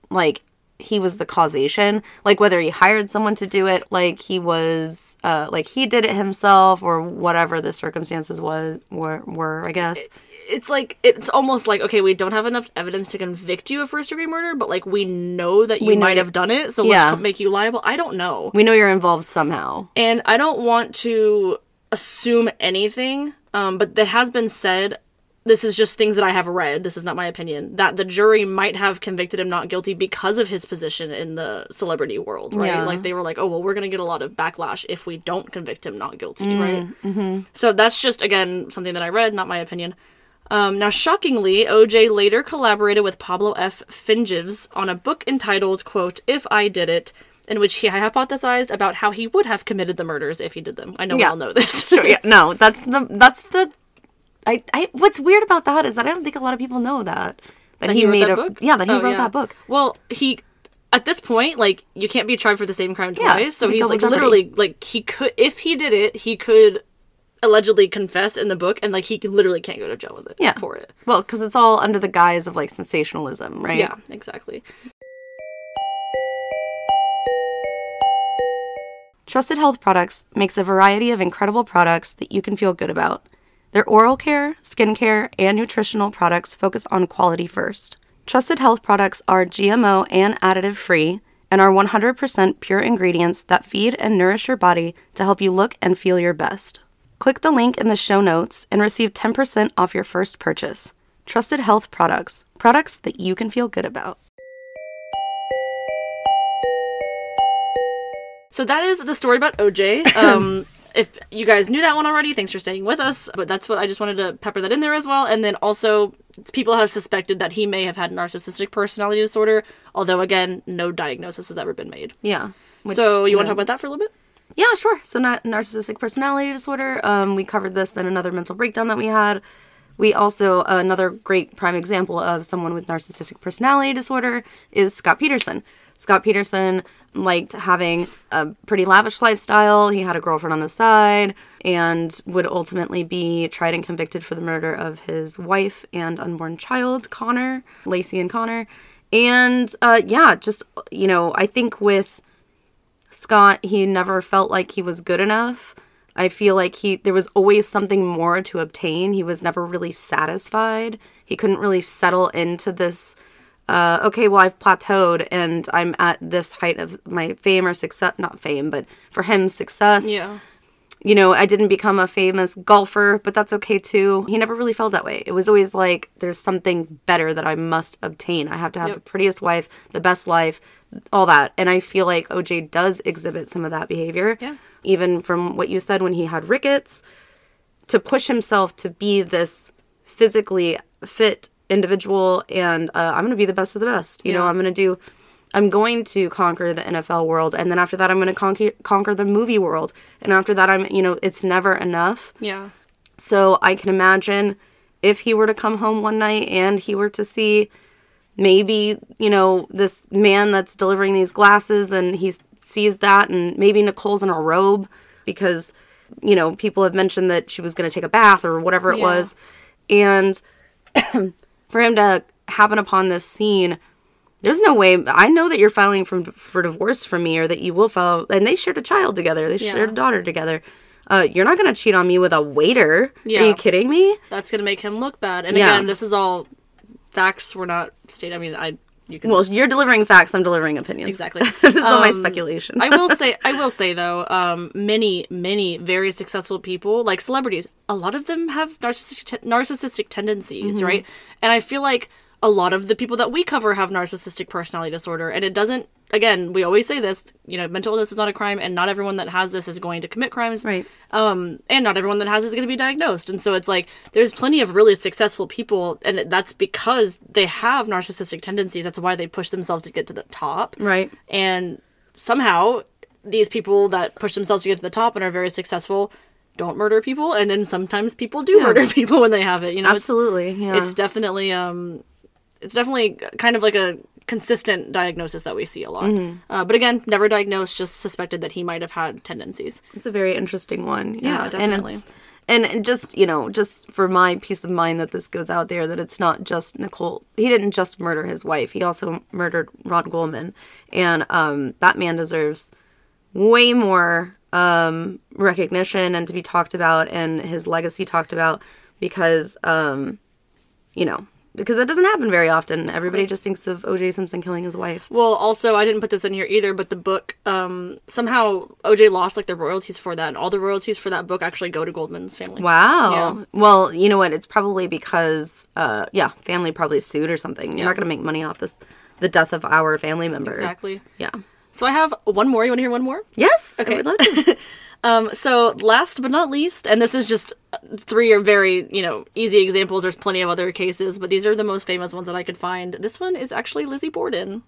Speaker 1: like he was the causation, like whether he hired someone to do it, like he was uh like he did it himself or whatever the circumstances was were, were I guess.
Speaker 2: it's like it's almost like okay, we don't have enough evidence to convict you of first degree murder, but like we know that you
Speaker 1: know
Speaker 2: might
Speaker 1: you-
Speaker 2: have done it, so
Speaker 1: Yeah.
Speaker 2: let's co- make you liable. I don't know,
Speaker 1: We know you're involved somehow.
Speaker 2: and I don't want to assume anything, um, but that has been said. This is just things that I have read. This is not my opinion. That the jury might have convicted him not guilty because of his position in the celebrity world, right?
Speaker 1: Yeah.
Speaker 2: Like they were like, oh well, we're gonna get a lot of backlash if we don't convict him not guilty,
Speaker 1: Mm.
Speaker 2: right? So that's just, again, something that I read, not my opinion. Um, now, shockingly, OJ later collaborated with Pablo F. Fingives on a book entitled, quote, If I Did It, in which he hypothesized about how he would have committed the murders if he did them. I know we
Speaker 1: Yeah.
Speaker 2: all know this.
Speaker 1: sure, yeah, no, that's the that's the. I, I what's weird about that is that I don't think a lot of people know that that, he,
Speaker 2: wrote
Speaker 1: made
Speaker 2: that
Speaker 1: a yeah that he
Speaker 2: Oh,
Speaker 1: wrote
Speaker 2: yeah.
Speaker 1: that book.
Speaker 2: Well, he at this point, like you can't be tried for the same crime
Speaker 1: Yeah,
Speaker 2: twice. so
Speaker 1: like
Speaker 2: he's
Speaker 1: double
Speaker 2: like
Speaker 1: jeopardy.
Speaker 2: literally like he could if he did it, he could allegedly confess in the book, and like he literally can't go to jail with it
Speaker 1: Yeah.
Speaker 2: for it.
Speaker 1: Well, because it's all under the guise of like sensationalism, right?
Speaker 2: Yeah, exactly.
Speaker 1: Trusted Health Products makes a variety of incredible products that you can feel good about. Their oral care, skincare, and nutritional products focus on quality first. Trusted Health Products are GMO and additive free and are 100% pure ingredients that feed and nourish your body to help you look and feel your best. Click the link in the show notes and receive 10% off your first purchase. Trusted Health Products, products that you can feel good about.
Speaker 2: So that is the story about OJ. Um, if you guys knew that one already, thanks for staying with us. But that's what I just wanted to pepper that in there as well. And then also, people have suspected that he may have had narcissistic personality disorder, although again, no diagnosis has ever been made.
Speaker 1: Yeah.
Speaker 2: so you want to talk about that for a little bit?
Speaker 1: Yeah, sure. So, not narcissistic personality disorder. Um, we covered this in another mental breakdown that we had. We also another great prime example of someone with narcissistic personality disorder is Scott Peterson. Scott Peterson liked having a pretty lavish lifestyle. He had a girlfriend on the side and would ultimately be tried and convicted for the murder of his wife and unborn child, Connor, Lacey and Connor. And uh, yeah, just, you know, I think with Scott, he never felt like he was good enough. I feel like he there was always something more to obtain. He was never really satisfied. He couldn't really settle into this uh, okay, well, I've plateaued and I'm at this height of my fame or success, not fame, but for him, success you know, I didn't become a famous golfer, but that's okay too. He never really felt that way. It was always like, there's something better that I must obtain. I have to have the prettiest wife, the best life, all that. And I feel like OJ does exhibit some of that behavior.
Speaker 2: Yeah.
Speaker 1: Even from what you said when he had rickets, to push himself to be this physically fit individual and uh, i'm going to be the best of the best you know
Speaker 2: Yeah.
Speaker 1: i'm going to do i'm going to conquer the nfl world and then after that i'm going to conquer conquer the movie world and after that i'm you know it's never enough
Speaker 2: Yeah.
Speaker 1: so I can imagine if he were to come home one night and he were to see maybe, you know, this man that's delivering these glasses and he s- sees that and maybe Nicole's in a robe because, you know, people have mentioned that she was going to take a bath or whatever it
Speaker 2: Yeah.
Speaker 1: was. And for him to happen upon this scene There's no way. I know that you're filing from for divorce from me, or that you will file. And they shared a child together. They shared a daughter together. Uh, you're not gonna cheat on me with a waiter.
Speaker 2: Yeah.
Speaker 1: Are you kidding me?
Speaker 2: That's gonna make him look bad. And
Speaker 1: Yeah.
Speaker 2: again, this is all facts. We're not state. I mean, I you can
Speaker 1: Well, you're delivering facts. I'm delivering opinions.
Speaker 2: Exactly. Um,
Speaker 1: this is all my speculation.
Speaker 2: I will say, I will say though, um, many, many very successful people, like celebrities, a lot of them have narcissistic, narcissistic tendencies, right? And I feel like a lot of the people that we cover have narcissistic personality disorder, and it doesn't. Again, we always say this, you know, mental illness is not a crime, and not everyone that has this is going to commit crimes,
Speaker 1: Right.
Speaker 2: Um, and not everyone that has it is going to be diagnosed, and so it's like there's plenty of really successful people, and that's because they have narcissistic tendencies. That's why they push themselves to get to the top,
Speaker 1: right.
Speaker 2: and somehow these people that push themselves to get to the top and are very successful don't murder people and then sometimes people do murder people when they have it you know
Speaker 1: Absolutely.
Speaker 2: it's,
Speaker 1: Yeah.
Speaker 2: it's definitely um it's definitely kind of like a consistent diagnosis that we see a lot
Speaker 1: Mm-hmm.
Speaker 2: uh, but again never diagnosed just suspected that he might have had tendencies
Speaker 1: It's a very interesting one.
Speaker 2: Yeah,
Speaker 1: Yeah,
Speaker 2: definitely.
Speaker 1: And, it's, and it just you know, just for my peace of mind that this goes out there, that it's not just Nicole. He didn't just murder his wife; he also murdered Ron Goldman, and um, that man deserves way more um, recognition and to be talked about, and his legacy talked about because um, you know. Because that doesn't happen very often. Everybody just thinks of O.J. Simpson killing his wife.
Speaker 2: Well, also, I didn't put this in here either, but the book um, somehow OJ lost like the royalties for that, and all the royalties for that book actually go to Goldman's family.
Speaker 1: Wow.
Speaker 2: Yeah.
Speaker 1: Well, you know what? It's probably because, uh, yeah, family probably sued or something. You're
Speaker 2: Yeah.
Speaker 1: not going to make money off this, the death of our family member.
Speaker 2: Exactly.
Speaker 1: Yeah.
Speaker 2: So I have one more. You want to hear one more?
Speaker 1: Yes. I would love to.
Speaker 2: Um, so last but not least, and this is just uh, three are very, you know, easy examples. There's plenty of other cases, but these are the most famous ones that I could find. This one is actually Lizzie Borden.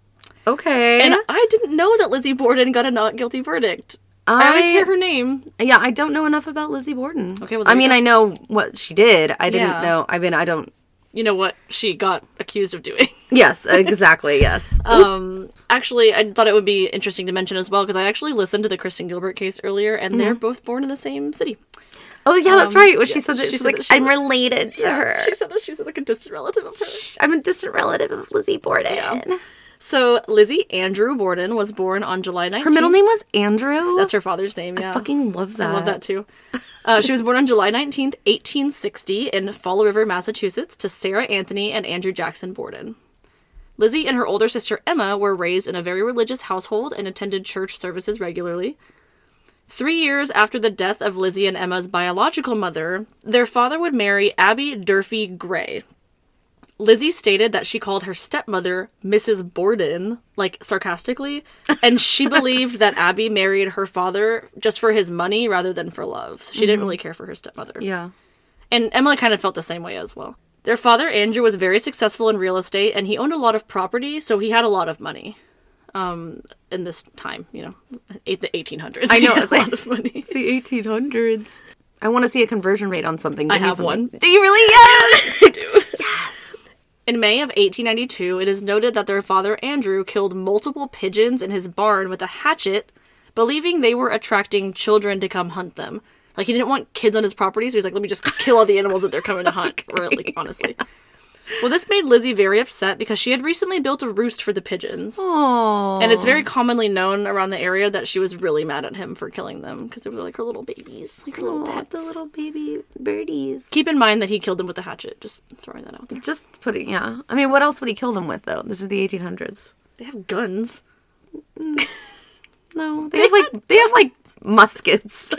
Speaker 1: okay.
Speaker 2: And I didn't know that Lizzie Borden got a not guilty verdict. I, always
Speaker 1: I-
Speaker 2: hear her name.
Speaker 1: yeah, I don't know enough about Lizzie Borden.
Speaker 2: Okay, well, there
Speaker 1: I
Speaker 2: you
Speaker 1: mean,
Speaker 2: go.
Speaker 1: I know what she did. I didn't
Speaker 2: Yeah.
Speaker 1: know. I mean, I don't.
Speaker 2: You know what she got accused of doing.
Speaker 1: Yes, exactly. Yes.
Speaker 2: um, actually, I thought it would be interesting to mention as well because I actually listened to the Kristen Gilbert case earlier, and they're
Speaker 1: Mm-hmm.
Speaker 2: both born in the same city.
Speaker 1: oh, yeah, that's right. What she said that
Speaker 2: she
Speaker 1: she's
Speaker 2: said
Speaker 1: like,
Speaker 2: that she
Speaker 1: I'm
Speaker 2: was-
Speaker 1: related to her.
Speaker 2: She said that she's like a distant relative of hers.
Speaker 1: I'm a distant relative of Lizzie Borden.
Speaker 2: So Lizzie Andrew Borden was born on July 19th.
Speaker 1: Her middle name was Andrew.
Speaker 2: That's her father's name, yeah.
Speaker 1: fucking love that.
Speaker 2: I love that too. Uh, she was born on July 19th, 1860, in Fall River, Massachusetts, to Sarah Anthony and Andrew Jackson Borden. Lizzie and her older sister Emma were raised in a very religious household and attended church services regularly. Three years after the death of Lizzie and Emma's biological mother, their father would marry Abby Durfee Gray. Lizzie stated that she called her stepmother Mrs. Borden, like sarcastically, and she believed that Abby married her father just for his money rather than for love. So she didn't really care for her stepmother.
Speaker 1: Mm-hmm. Yeah.
Speaker 2: And Emily kind of felt the same way as well. Their father, Andrew, was very successful in real estate and he owned a lot of property, so he had a lot of money um, in this time, you know, eight, the 1800s. I he
Speaker 1: know,
Speaker 2: had
Speaker 1: it's
Speaker 2: a
Speaker 1: like-
Speaker 2: lot of money.
Speaker 1: It's the 1800s. I want to see a conversion rate on something. Give me
Speaker 2: have
Speaker 1: something.
Speaker 2: one.
Speaker 1: Do you really? Yes.
Speaker 2: In May of 1892, it is noted that their father, Andrew, killed multiple pigeons in his barn with a hatchet, believing they were attracting children to come hunt them. Like, he didn't want kids on his property, so he's like, let me just kill all the animals that they're coming to hunt, really, honestly. Well, this made Lizzie very upset because she had recently built a roost for the pigeons.
Speaker 1: Oh.
Speaker 2: And it's very commonly known around the area that she was really mad at him for killing them because they were like her little babies, like her little pets.
Speaker 1: the little baby birdies.
Speaker 2: Keep in mind that he killed them with a hatchet, just throwing that out there.
Speaker 1: Just putting, yeah. I mean, what else would he kill them with, though? This is the 1800s.
Speaker 2: They have guns.
Speaker 1: No, they, have like they have like muskets.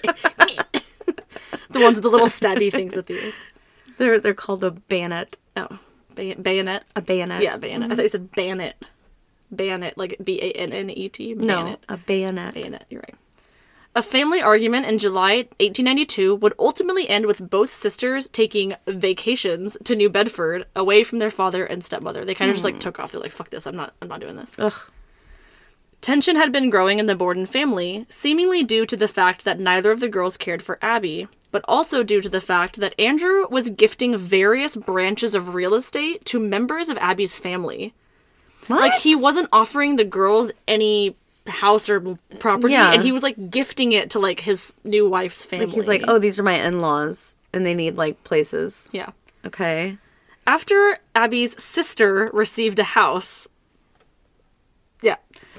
Speaker 2: The ones with the little stabby things at the end.
Speaker 1: they're they're called a bayonet.
Speaker 2: Oh, bay- bayonet.
Speaker 1: A bayonet.
Speaker 2: Yeah, bayonet. I thought you said banet. Banet, like B A N N E T.
Speaker 1: No,
Speaker 2: Banet.
Speaker 1: a bayonet.
Speaker 2: bayonet. You're right. A family argument in July 1892 would ultimately end with both sisters taking vacations to New Bedford away from their father and stepmother. They kind of just like took off. They're like, "Fuck this! I'm not. I'm not doing this."
Speaker 1: Ugh.
Speaker 2: Tension had been growing in the Borden family, seemingly due to the fact that neither of the girls cared for Abby, but also due to the fact that Andrew was gifting various branches of real estate to members of Abby's family.
Speaker 1: What?
Speaker 2: Like he wasn't offering the girls any house or property,
Speaker 1: Yeah.
Speaker 2: and he was like gifting it to like his new wife's family.
Speaker 1: He's like, oh, these are my in-laws, and they need like places.
Speaker 2: yeah.
Speaker 1: Okay.
Speaker 2: After Abby's sister received a house,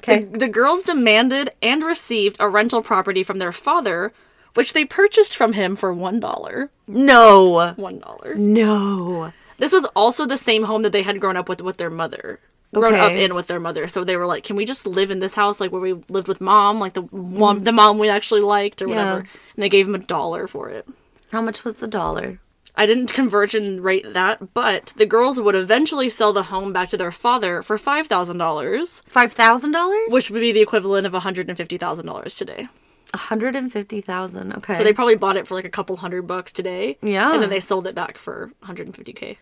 Speaker 2: The, the girls demanded and received a rental property from their father, which they purchased from him for one dollar.
Speaker 1: No.
Speaker 2: One dollar.
Speaker 1: No.
Speaker 2: This was also the same home that they had grown up with with their mother. Grown up
Speaker 1: Okay.
Speaker 2: in with their mother, so they were like, "Can we just live in this house, like where we lived with mom, like the one, the mom we actually liked, or whatever?" And they gave him a dollar for it.
Speaker 1: How much was the dollar?
Speaker 2: I didn't conversion rate that, but the girls would eventually sell the home back to their father for five thousand dollars,
Speaker 1: Five thousand dollars?
Speaker 2: which would be the equivalent of one hundred and fifty thousand dollars today.
Speaker 1: One hundred and fifty thousand. Okay.
Speaker 2: So they probably bought it for like a couple hundred bucks today.
Speaker 1: Yeah.
Speaker 2: And then they sold it back for 150k.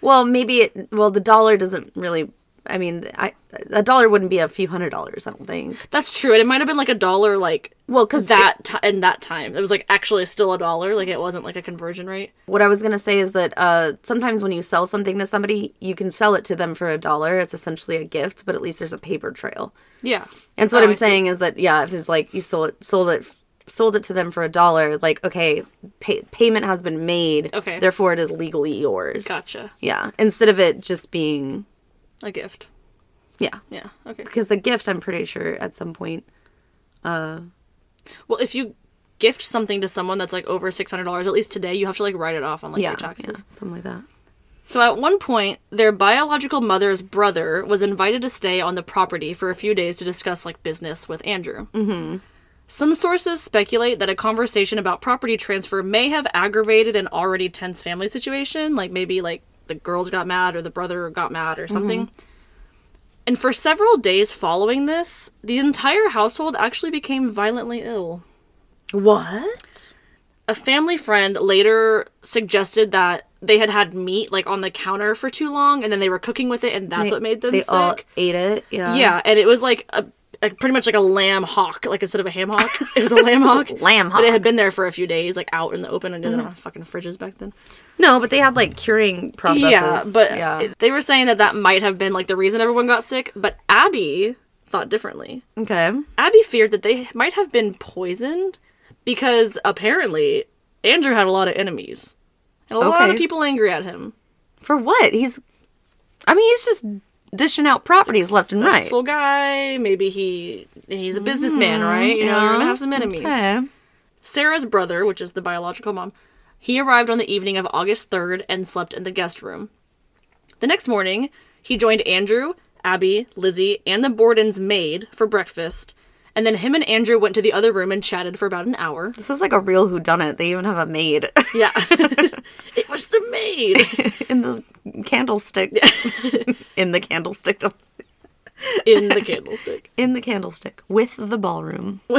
Speaker 1: well, maybe it. Well, the dollar doesn't really. I mean, I a dollar wouldn't be a few hundred dollars. I don't think.
Speaker 2: That's true. And it might have been like a dollar like
Speaker 1: Well, because
Speaker 2: that ti in that time. It was like actually still a dollar, like it wasn't like a conversion rate.
Speaker 1: What I was gonna say is that uh, sometimes when you sell something to somebody, you can sell it to them for a dollar. It's essentially a gift, but at least there's a paper trail.
Speaker 2: Yeah.
Speaker 1: And so what
Speaker 2: Oh, I
Speaker 1: I'm
Speaker 2: see.
Speaker 1: saying is that yeah, if it's like you sold it, sold it, sold it to them for a dollar, like okay, pay, payment has been made.
Speaker 2: Okay.
Speaker 1: Therefore, it is legally yours.
Speaker 2: Gotcha.
Speaker 1: Yeah. Instead of it just being
Speaker 2: A gift.
Speaker 1: yeah,
Speaker 2: Yeah. Okay.
Speaker 1: because a gift, I'm pretty sure at some point.
Speaker 2: Well, if you gift something to someone that's like over $600 at least today, you have to like write it off on like
Speaker 1: Yeah,
Speaker 2: your taxes.
Speaker 1: yeah, something like that.
Speaker 2: So at one point, their biological mother's brother was invited to stay on the property for a few days to discuss like business with Andrew. Mm-hmm. Some sources speculate that a conversation about property transfer may have aggravated an already tense family situation, like maybe like the girls got mad or the brother got mad or something. And for several days following this, the entire household actually became violently ill
Speaker 1: What?
Speaker 2: a family friend later suggested that they had had meat like on the counter for too long and then they were cooking with it and that's what made them
Speaker 1: They
Speaker 2: sick.
Speaker 1: all ate it. Yeah.
Speaker 2: yeah, and it was like a, a pretty much like a lamb hawk, like instead of a ham hawk, it was a lamb hawk. But
Speaker 1: Lamb
Speaker 2: it
Speaker 1: hawk. Mm-hmm.
Speaker 2: had been there for a few days, like out in the open, and they don't have fucking fridges back then.
Speaker 1: No, but they had like curing processes.
Speaker 2: Yeah, but
Speaker 1: yeah.
Speaker 2: they were saying that that might have been like the reason everyone got sick. But Abby thought differently.
Speaker 1: okay.
Speaker 2: Abby feared that they might have been poisoned because apparently Andrew had a lot of enemies and a lot of
Speaker 1: Okay.
Speaker 2: people angry at him.
Speaker 1: For what? He's, I mean, he's just dishing out properties left and right.
Speaker 2: Successful guy, maybe he he's a businessman, right? You know, you're gonna have some enemies.
Speaker 1: Mm, Okay.
Speaker 2: Sarah's brother, which is the biological mom, he arrived on the evening of August 3rd and slept in the guest room. The next morning, he joined Andrew, Abby, Lizzie, and the Borden's maid for breakfast, and then him and Andrew went to the other room and chatted for about an hour.
Speaker 1: This is like a real whodunit. They even have a maid
Speaker 2: Yeah. it was the maid
Speaker 1: in the candlestick. in the candlestick. don't-
Speaker 2: in the candlestick.
Speaker 1: In the candlestick with the ballroom.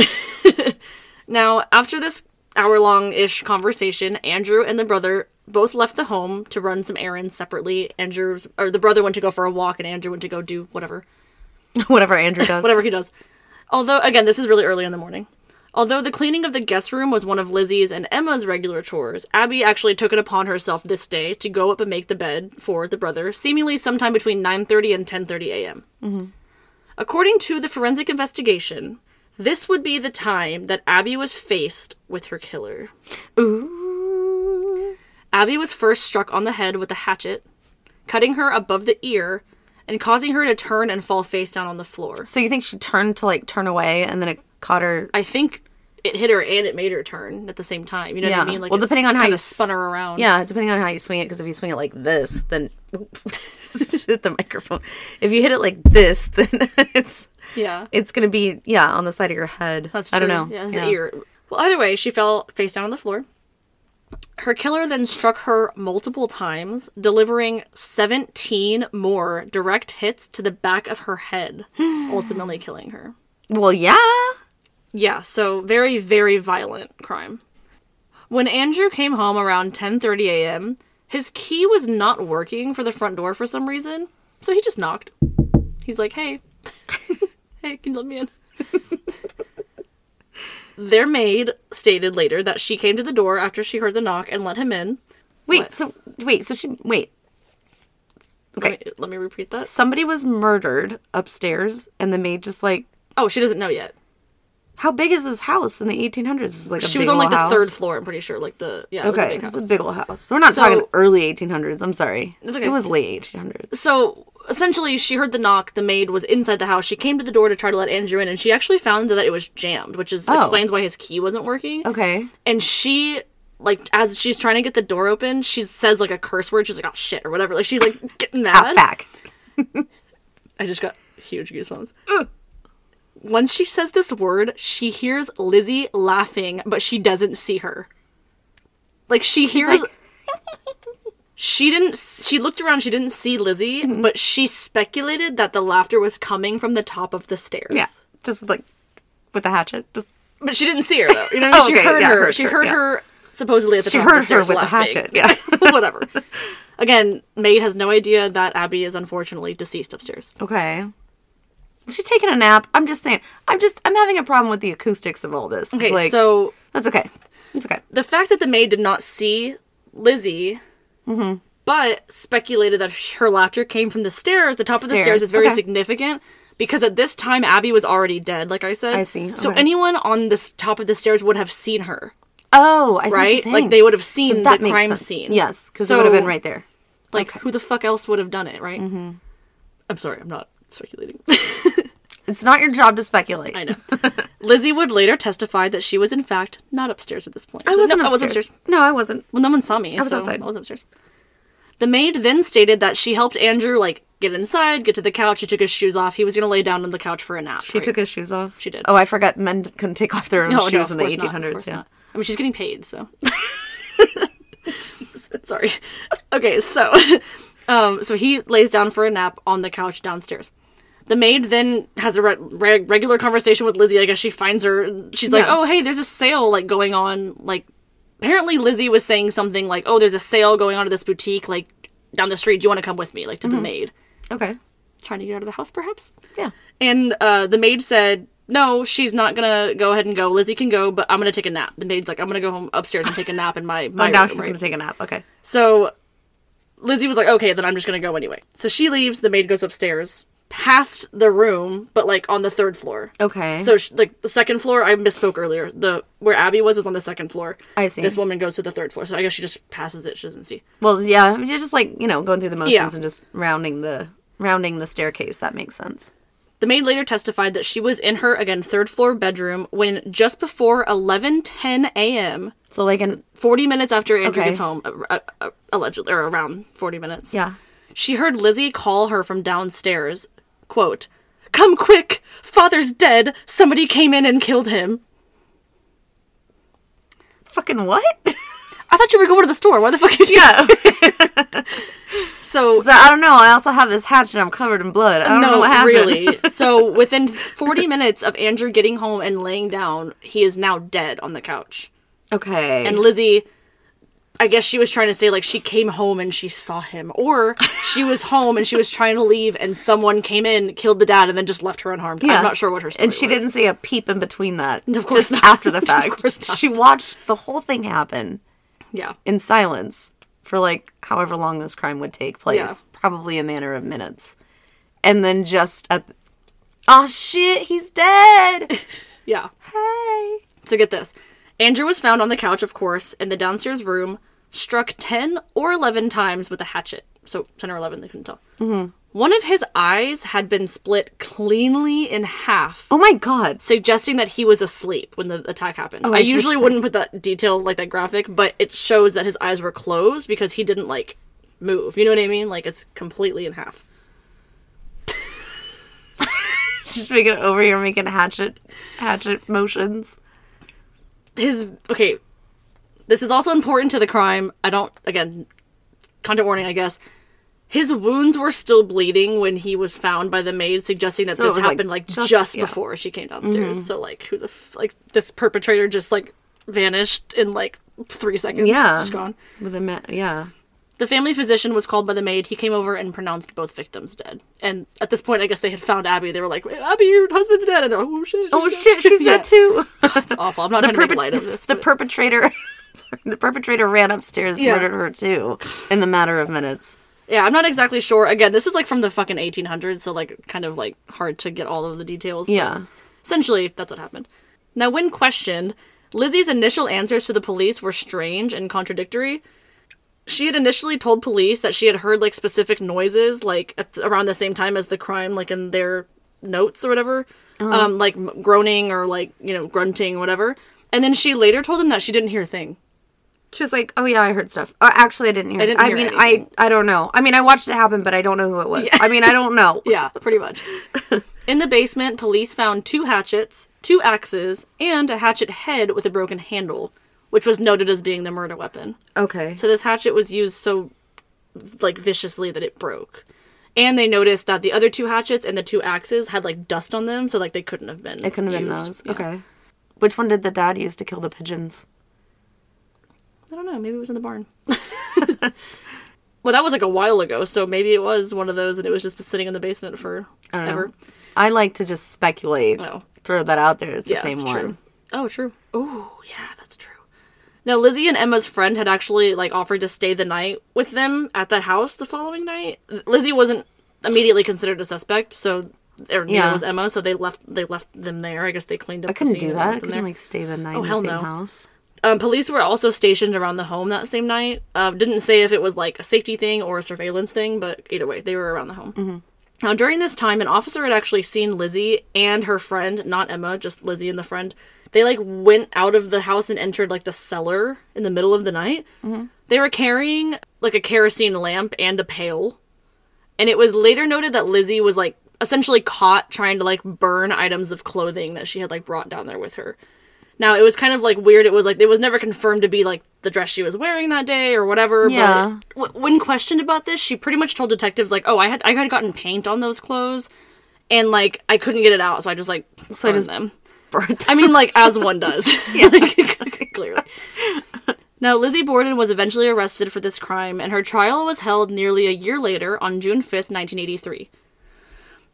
Speaker 2: Now, after this hour long ish conversation, Andrew and the brother both left the home to run some errands separately. Andrew's, or the brother went to go for a walk, and Andrew went to go do whatever.
Speaker 1: Whatever Andrew does.
Speaker 2: whatever he does. Although, again, this is really early in the morning. Although the cleaning of the guest room was one of Lizzie's and Emma's regular chores, Abby actually took it upon herself this day to go up and make the bed for the brother, seemingly sometime between 9:30 and 10:30 a.m.
Speaker 1: Mm-hmm.
Speaker 2: According to the forensic investigation, this would be the time that Abby was faced with her killer.
Speaker 1: Ooh.
Speaker 2: Abby was first struck on the head with a hatchet, cutting her above the ear and causing her to turn and fall face down on the floor.
Speaker 1: So you think she turned to like turn away and then it caught her?
Speaker 2: I think it hit her and it made her turn at the same time. You know what I mean?
Speaker 1: well,
Speaker 2: it
Speaker 1: depending on how
Speaker 2: kinda
Speaker 1: you
Speaker 2: spun her around.
Speaker 1: Yeah, depending on how you swing it. Because if you swing it like this, then hit the microphone. If you hit it like this, then it's
Speaker 2: yeah,
Speaker 1: it's gonna be yeah on the side of your head.
Speaker 2: that's true.
Speaker 1: I don't know.
Speaker 2: Yeah, it's the ear. Well, either way, she fell face down on the floor. Her killer then struck her multiple times, delivering 17 more direct hits to the back of her head, ultimately killing her.
Speaker 1: Well, yeah.
Speaker 2: Yeah, so very very violent crime. When Andrew came home around 10:30 a.m., his key was not working for the front door for some reason, so he just knocked. He's like, "Hey. hey, can you let me in?" Their maid stated later that she came to the door after she heard the knock and let him in.
Speaker 1: Wait. So wait. So she wait.
Speaker 2: Let, me, let me repeat that.
Speaker 1: Somebody was murdered upstairs, and the maid just like,
Speaker 2: Oh, she doesn't know yet.
Speaker 1: how big is this house in the 1800s? It's like a
Speaker 2: She
Speaker 1: big
Speaker 2: was on
Speaker 1: ol'
Speaker 2: like the
Speaker 1: house.
Speaker 2: third floor, I'm pretty sure. Like the yeah, it was a
Speaker 1: Okay,
Speaker 2: big
Speaker 1: it's
Speaker 2: house.
Speaker 1: a big old house. So we're not
Speaker 2: So-
Speaker 1: talking early 1800s. I'm sorry.
Speaker 2: It's okay.
Speaker 1: It was late 1800s.
Speaker 2: so essentially, she heard the knock. The maid was inside the house. She came to the door to try to let Andrew in, and she actually found that it was jammed, which is
Speaker 1: Oh.
Speaker 2: explains why his key wasn't working.
Speaker 1: Okay.
Speaker 2: And she, like, as she's trying to get the door open, she says like a curse word. She's like, "Oh shit" or whatever. Like she's like getting mad.
Speaker 1: Back.
Speaker 2: I just got huge goosebumps. Once she says this word, she hears Lizzie laughing, but she doesn't see her. Like she hears she didn't she looked around, she didn't see Lizzie,
Speaker 1: Mm-hmm.
Speaker 2: but she speculated that the laughter was coming from the top of the stairs.
Speaker 1: Yeah. Just like with the hatchet. Just
Speaker 2: But she didn't see her though. You know, what I mean? she
Speaker 1: Okay,
Speaker 2: heard
Speaker 1: yeah,
Speaker 2: her.
Speaker 1: heard
Speaker 2: She
Speaker 1: her,
Speaker 2: heard
Speaker 1: yeah.
Speaker 2: her supposedly at the
Speaker 1: she
Speaker 2: top of
Speaker 1: heard
Speaker 2: the
Speaker 1: her
Speaker 2: stairs
Speaker 1: with the
Speaker 2: laughing.
Speaker 1: hatchet. Yeah.
Speaker 2: Whatever. Again, Maid has no idea that Abby is unfortunately deceased upstairs.
Speaker 1: okay. She's taking a nap. I'm just saying. I'm just. I'm having a problem with the acoustics of all this. It's
Speaker 2: Okay,
Speaker 1: like,
Speaker 2: so
Speaker 1: that's okay. That's okay.
Speaker 2: the fact that the maid did not see Lizzie,
Speaker 1: Mm-hmm.
Speaker 2: but speculated that sh- her laughter came from the stairs, the top of the
Speaker 1: Stairs,
Speaker 2: stairs, is very
Speaker 1: okay.
Speaker 2: significant because at this time Abby was already dead, like I said.
Speaker 1: I see,
Speaker 2: So
Speaker 1: okay.
Speaker 2: anyone on this top of the stairs would have seen her,
Speaker 1: Oh, I see what you're
Speaker 2: right? Like
Speaker 1: saying.
Speaker 2: they would have seen
Speaker 1: that
Speaker 2: the
Speaker 1: makes
Speaker 2: crime
Speaker 1: sense.
Speaker 2: scene.
Speaker 1: Yes, because it would have
Speaker 2: So,
Speaker 1: been right there.
Speaker 2: Like who the fuck else would have done it, right?
Speaker 1: Mm-hmm.
Speaker 2: I'm sorry, I'm not speculating.
Speaker 1: It's not your job to speculate.
Speaker 2: I know. Lizzie would later testify that she was in fact not upstairs at this point.
Speaker 1: I
Speaker 2: She said,
Speaker 1: wasn't
Speaker 2: "No,
Speaker 1: upstairs.
Speaker 2: I was upstairs.
Speaker 1: No, I wasn't.
Speaker 2: Well, no one saw me. I
Speaker 1: was
Speaker 2: was
Speaker 1: outside.
Speaker 2: outside. I was upstairs. The maid then stated that she helped Andrew like get inside, get to the couch. She took his shoes off. He was gonna lay down on the couch for a nap.
Speaker 1: She took his shoes off.
Speaker 2: She did.
Speaker 1: Oh, I forgot men couldn't take off their own
Speaker 2: Oh,
Speaker 1: shoes in the 1800s. yeah.
Speaker 2: I mean, she's getting paid, so. Sorry. Okay, so, um, so he lays down for a nap on the couch downstairs. The maid then has a re- re- regular conversation with Lizzie. I guess she finds her. and She's like,
Speaker 1: Yeah.
Speaker 2: "Oh, hey, there's a sale like going on. Like, apparently Lizzie was saying something like, "Oh, there's a sale going on at this boutique like down the street. Do you want to come with me?" Like to
Speaker 1: Mm-hmm.
Speaker 2: the maid,
Speaker 1: Okay.
Speaker 2: trying to get out of the house, perhaps.
Speaker 1: Yeah.
Speaker 2: And uh, the maid said, No, she's not gonna go ahead and go. Lizzie can go, but I'm gonna take a nap. The maid's like, I'm gonna go home upstairs and take a nap in my, my
Speaker 1: Oh, now
Speaker 2: room,
Speaker 1: she's
Speaker 2: right?
Speaker 1: going to take a nap. Okay.
Speaker 2: So Lizzie was like, Okay, then I'm just gonna go anyway. So she leaves, the maid goes upstairs, past the room, but like on the third floor.
Speaker 1: Okay.
Speaker 2: So, sh like the second floor, I misspoke earlier. The where Abby was was on the second floor.
Speaker 1: I see.
Speaker 2: This woman goes to the third floor, so I guess she just passes it. She doesn't see.
Speaker 1: well, yeah, you're just like, you know, going through the motions
Speaker 2: Yeah.
Speaker 1: and just rounding the rounding the staircase. That makes sense.
Speaker 2: The maid later testified that she was in her again third floor bedroom when just before 11:10 a.m.
Speaker 1: So like an
Speaker 2: 40 minutes after Andrew
Speaker 1: Okay.
Speaker 2: gets home, uh, uh, allegedly, or around 40 minutes.
Speaker 1: yeah.
Speaker 2: She heard Lizzie call her from downstairs, quote, Come quick! Father's dead! Somebody came in and killed him.
Speaker 1: Fucking what?
Speaker 2: I thought you were going to the store. Why the fuck you do
Speaker 1: yeah.
Speaker 2: So,
Speaker 1: so I don't know. I also have this hatchet. I'm covered in blood. I don't know
Speaker 2: no,
Speaker 1: what happened.
Speaker 2: really. So, within 40 minutes of Andrew getting home and laying down, he is now dead on the couch.
Speaker 1: Okay.
Speaker 2: And Lizzie, I guess she was trying to say like she came home and she saw him, or she was home and she was trying to leave and someone came in, killed the dad, and then just left her unharmed.
Speaker 1: Yeah.
Speaker 2: I'm not sure what her story
Speaker 1: And she
Speaker 2: was.
Speaker 1: didn't see a peep in between that.
Speaker 2: Of course
Speaker 1: just
Speaker 2: not.
Speaker 1: after the
Speaker 2: Of
Speaker 1: fact.
Speaker 2: course not.
Speaker 1: She watched the whole thing happen
Speaker 2: Yeah,
Speaker 1: in silence for like however long this crime would take place.
Speaker 2: Yeah.
Speaker 1: Probably a matter of minutes. And then just at Oh shit, he's dead.
Speaker 2: yeah.
Speaker 1: hey.
Speaker 2: So get this: Andrew was found on the couch, of course, in the downstairs room, struck ten or eleven times with a hatchet. So ten or eleven, they couldn't tell.
Speaker 1: Mm-hmm.
Speaker 2: One of his eyes had been split cleanly in half.
Speaker 1: Oh my god.
Speaker 2: suggesting that he was asleep when the attack happened. I
Speaker 1: I see what
Speaker 2: usually
Speaker 1: you're
Speaker 2: wouldn't put that detail like that graphic, but it shows that his eyes were closed because he didn't like move. You know what I mean? Like it's completely in half.
Speaker 1: She's making over here making hatchet hatchet motions.
Speaker 2: His okay. This is also important to the crime. I don't again content warning, I guess. His wounds were still bleeding when he was found by the maid, suggesting that
Speaker 1: So it
Speaker 2: this
Speaker 1: was, like,
Speaker 2: happened like just,
Speaker 1: just- yeah. Mm-hmm.
Speaker 2: before she came downstairs. So like who the f- like this perpetrator just like vanished in like three seconds.
Speaker 1: Yeah.
Speaker 2: just gone.
Speaker 1: With a ma- yeah.
Speaker 2: The family physician was called by the maid. He came over and pronounced both victims dead. And at this point, I guess they had found Abby. They were like, "Abby, your husband's dead." And they're like, "Oh shit!"
Speaker 1: Oh shit, she said
Speaker 2: Yeah.
Speaker 1: too.
Speaker 2: It's awful. I'm not trying to make light of this.
Speaker 1: the
Speaker 2: but-
Speaker 1: perpetrator sorry, the perpetrator ran upstairs and
Speaker 2: Yeah.
Speaker 1: murdered her too in the matter of minutes.
Speaker 2: yeah, I'm not exactly sure. Again, this is like from the fucking 1800s, so like kind of like hard to get all of the details. but
Speaker 1: Yeah.
Speaker 2: essentially, that's what happened. Now, when questioned, Lizzie's initial answers to the police were strange and contradictory. she had initially told police that she had heard like specific noises like at, around the same time as the crime like in their notes or whatever um like m- groaning or like you know grunting whatever and then she later told them that she didn't hear a thing
Speaker 1: She was like, "Oh yeah, I heard stuff." Uh, actually, I didn't hear. I
Speaker 2: didn't
Speaker 1: it.
Speaker 2: hear
Speaker 1: I mean,
Speaker 2: anything.
Speaker 1: I I don't know. I mean, I watched it happen, but I don't know who it was. I mean, I don't know.
Speaker 2: yeah pretty much in the basement police found two hatchets two axes and a hatchet head with a broken handle which was noted as being the murder weapon
Speaker 1: Okay.
Speaker 2: So this hatchet was used so like viciously that it broke. And they noticed that the other two hatchets and the two axes had like dust on them, so like they couldn't have been.
Speaker 1: it couldn't have been
Speaker 2: used.
Speaker 1: those. Okay. Which one did the dad use to kill the pigeons?
Speaker 2: I don't know. Maybe it was in the barn. well, that was like a while ago, so maybe it was one of those, and it was just sitting in the basement for
Speaker 1: I don't know.
Speaker 2: ever.
Speaker 1: I like to just speculate.
Speaker 2: Oh.
Speaker 1: Throw that out there. It's the
Speaker 2: Yeah,
Speaker 1: same
Speaker 2: that's
Speaker 1: one.
Speaker 2: True. Oh, true. Oh, yeah, that's true. Now, Lizzie and Emma's friend had actually like offered to stay the night with them at that house the following night. Lizzie wasn't immediately considered a suspect, so or neither
Speaker 1: Yeah.
Speaker 2: was Emma. So they left they left them there. I guess they cleaned up.
Speaker 1: I couldn't
Speaker 2: the scene
Speaker 1: do
Speaker 2: and
Speaker 1: that. I
Speaker 2: left them
Speaker 1: couldn't
Speaker 2: there.
Speaker 1: like stay the night in the
Speaker 2: hell
Speaker 1: same
Speaker 2: no.
Speaker 1: house.
Speaker 2: Um, police were also stationed around the home that same night. Uh, didn't say if it was like a safety thing or a surveillance thing, but either way, they were around the home. Now, during this time, an officer had actually seen Lizzie and her friend, not Emma, just Lizzie and the friend. They like went out of the house and entered like the cellar in the middle of the night. They were carrying like a kerosene lamp and a pail. And it was later noted that Lizzie was like essentially caught trying to like burn items of clothing that she had like brought down there with her. Now it was kind of like weird. It was like it was never confirmed to be like the dress she was wearing that day or whatever.
Speaker 1: Yeah.
Speaker 2: But w- when questioned about this, she pretty much told detectives like, "Oh, I had I had gotten paint on those clothes, and like I couldn't get it out, so I just like so
Speaker 1: just-
Speaker 2: them."
Speaker 1: Birth.
Speaker 2: I mean, like as one does. Like, clearly. Now, Lizzie Borden was eventually arrested for this crime, and her trial was held nearly a year later on June 5th, 1983.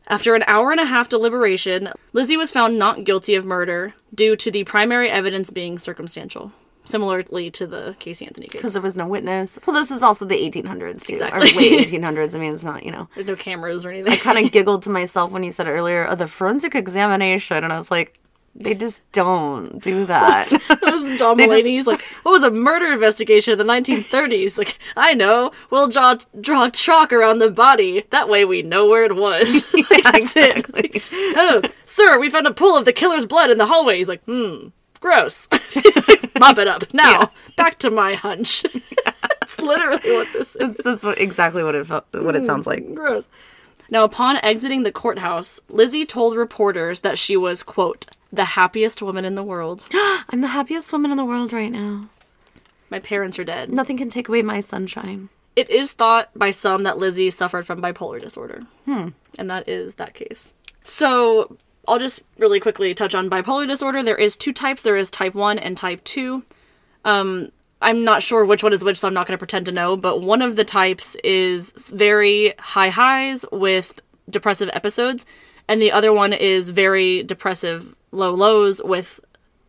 Speaker 2: After an hour and a half deliberation, Lizzie was found not guilty of murder due to the primary evidence being circumstantial, similarly to the Casey Anthony case.
Speaker 1: Because there was no witness. Well, this is also the 1800s, too.
Speaker 2: Exactly.
Speaker 1: Or late 1800s. I mean, it's not, you know.
Speaker 2: There's no cameras or anything.
Speaker 1: Kind of giggled to myself when you said earlier, oh, the forensic examination. And I was like, they just don't do that.
Speaker 2: Those John
Speaker 1: just-
Speaker 2: Mulaney's like, what was a murder investigation in the 1930s? Like, I know. We'll draw draw chalk around the body. That way we know where it was. Like, that's
Speaker 1: exactly.
Speaker 2: it. oh, sir, we found a pool of the killer's blood in the hallway. He's like, hmm, gross. Mop it up now. Back to my hunch. that's literally what this is.
Speaker 1: That's- That's what, exactly what it felt, what it sounds like.
Speaker 2: Gross. Now, upon exiting the courthouse, Lizzie told reporters that she was, quote, the happiest woman in the world.
Speaker 1: I'm the happiest woman in the world right now.
Speaker 2: My parents are dead.
Speaker 1: Nothing can take away my sunshine.
Speaker 2: It is thought by some that Lizzie suffered from bipolar disorder. And that is that case. So I'll just really quickly touch on bipolar disorder. There is two types. There is type one and type two. Um, I'm not sure which one is which, so I'm not going to pretend to know. But one of the types is very high highs with depressive episodes, and the other one is very depressive low lows with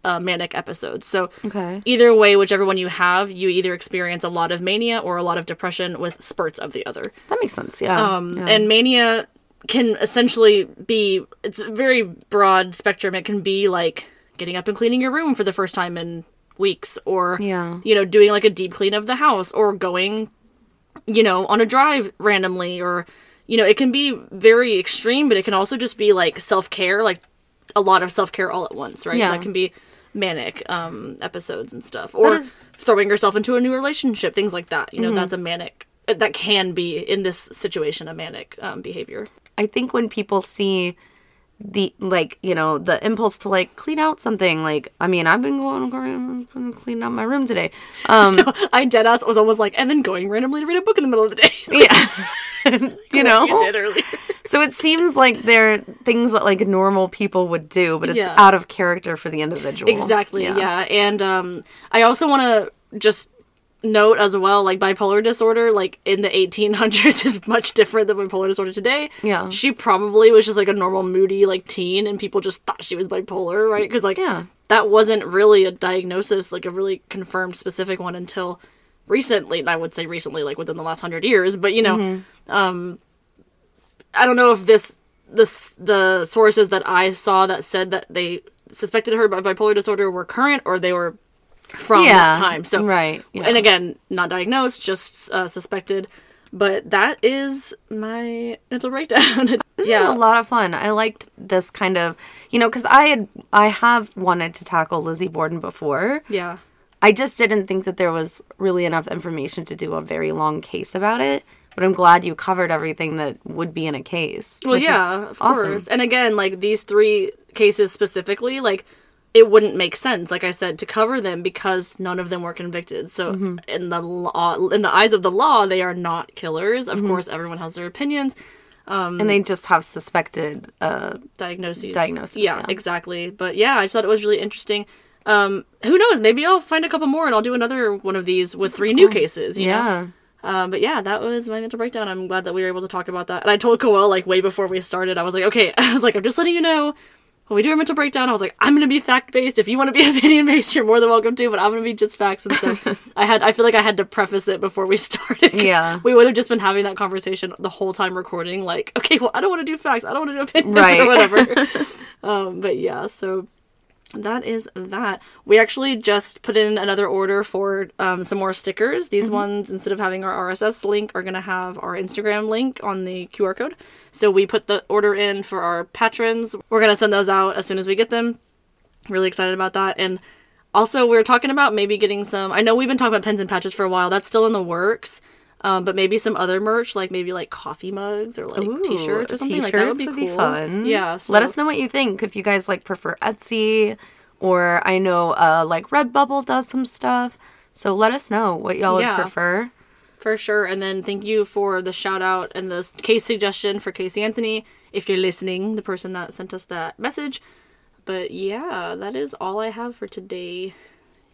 Speaker 2: uh, manic episodes. So
Speaker 1: Okay.
Speaker 2: either way, whichever one you have, you either experience a lot of mania or a lot of depression with spurts of the other.
Speaker 1: That makes sense, yeah.
Speaker 2: Um,
Speaker 1: yeah.
Speaker 2: And mania can essentially be it's a very broad spectrum. It can be like getting up and cleaning your room for the first time in weeks, or
Speaker 1: Yeah.
Speaker 2: you know, doing like a deep clean of the house, or going, you know, on a drive randomly, or you know, it can be very extreme, but it can also just be like self care, like a lot of self care all at once, right?
Speaker 1: Yeah.
Speaker 2: That can be manic um episodes and stuff or
Speaker 1: is- Mm-hmm.
Speaker 2: throwing yourself into a new relationship things like that you know that's a manic uh, that can be in this situation a manic um, behavior
Speaker 1: I think when people see the like you know the impulse to like clean out something like i mean i've been going around cleaning out my room today um
Speaker 2: i dead ass was almost like and then going randomly to read a book in the middle of the day like
Speaker 1: yeah you know
Speaker 2: you did earlier
Speaker 1: so it seems like they're things that like normal people would do but it's
Speaker 2: Yeah.
Speaker 1: out of character for the individual
Speaker 2: Exactly. Yeah. And um, I also want to just note as well, like bipolar disorder, like in the 1800s, is much different than bipolar disorder today.
Speaker 1: Yeah.
Speaker 2: She probably was just like a normal moody like teen, and people just thought she was bipolar, right? Because like
Speaker 1: Yeah.
Speaker 2: that wasn't really a diagnosis, like a really confirmed specific one until recently. And I would say recently, like within the last hundred years. But you know,
Speaker 1: Mm-hmm.
Speaker 2: I don't know if this this the sources that I saw that said that they suspected her of bipolar disorder were current or they were from
Speaker 1: Yeah,
Speaker 2: that time. So
Speaker 1: right, yeah.
Speaker 2: and again, not diagnosed, just uh, suspected. But that is my mental breakdown.
Speaker 1: This yeah.
Speaker 2: yeah,
Speaker 1: a lot of fun. I liked this kind of, you know, because I had I have wanted to tackle Lizzie Borden before.
Speaker 2: yeah,
Speaker 1: I just didn't think that there was really enough information to do a very long case about it. But I'm glad you covered everything that would be in a case.
Speaker 2: Well,
Speaker 1: which is
Speaker 2: yeah, of
Speaker 1: awesome.
Speaker 2: course. And again, like these three cases specifically, like it wouldn't make sense, like I said, to cover them because none of them were convicted. So
Speaker 1: Mm-hmm.
Speaker 2: in the law, in the eyes of the law, they are not killers.
Speaker 1: Mm-hmm.
Speaker 2: Of course, everyone has their opinions,
Speaker 1: And they just have suspected. Uh,
Speaker 2: diagnoses,
Speaker 1: Diagnoses,
Speaker 2: Yeah,
Speaker 1: yeah.
Speaker 2: exactly. But yeah, I just thought it was really interesting. Um, who knows? Maybe I'll find a couple more and I'll do another one of these with three new cases. You Know?
Speaker 1: yeah.
Speaker 2: Um, but yeah, that was my mental breakdown. I'm glad that we were able to talk about that. And I told Coel like way before we started, I was like, okay, I was like, I'm just letting you know when we do our mental breakdown, I was like, I'm gonna be fact based. If you want to be opinion based, you're more than welcome to. But I'm gonna be just facts. And so I had, I feel like I had to preface it before we started. 'cause
Speaker 1: Yeah.
Speaker 2: we would have just been having that conversation the whole time recording. Like, okay, well, I don't want to do facts. I don't want to do opinions
Speaker 1: Right.
Speaker 2: or whatever. um, but yeah, so that is that. We actually just put in another order for um, some more stickers. These
Speaker 1: Mm-hmm.
Speaker 2: ones, instead of having our RSS link, are going to have our Instagram link on the QR code. So we put the order in for our patrons. We're going to send those out as soon as we get them. Really excited about that. And also, we are talking about maybe getting some. I know we've been talking about pens and patches for a while. That's still in the works. Um, but maybe some other merch, like maybe like coffee mugs or like
Speaker 1: Ooh,
Speaker 2: t-shirts or something. like that would be,
Speaker 1: t-shirts
Speaker 2: cool.
Speaker 1: fun.
Speaker 2: Yeah. So.
Speaker 1: Let us know what you think. If you guys like prefer Etsy, or I know uh, like Redbubble does some stuff. So let us know what y'all
Speaker 2: Yeah.
Speaker 1: would prefer.
Speaker 2: For sure. And then thank you for the shout out and the s- case suggestion for Casey Anthony, if you're listening, the person that sent us that message. But yeah, that is all I have for today.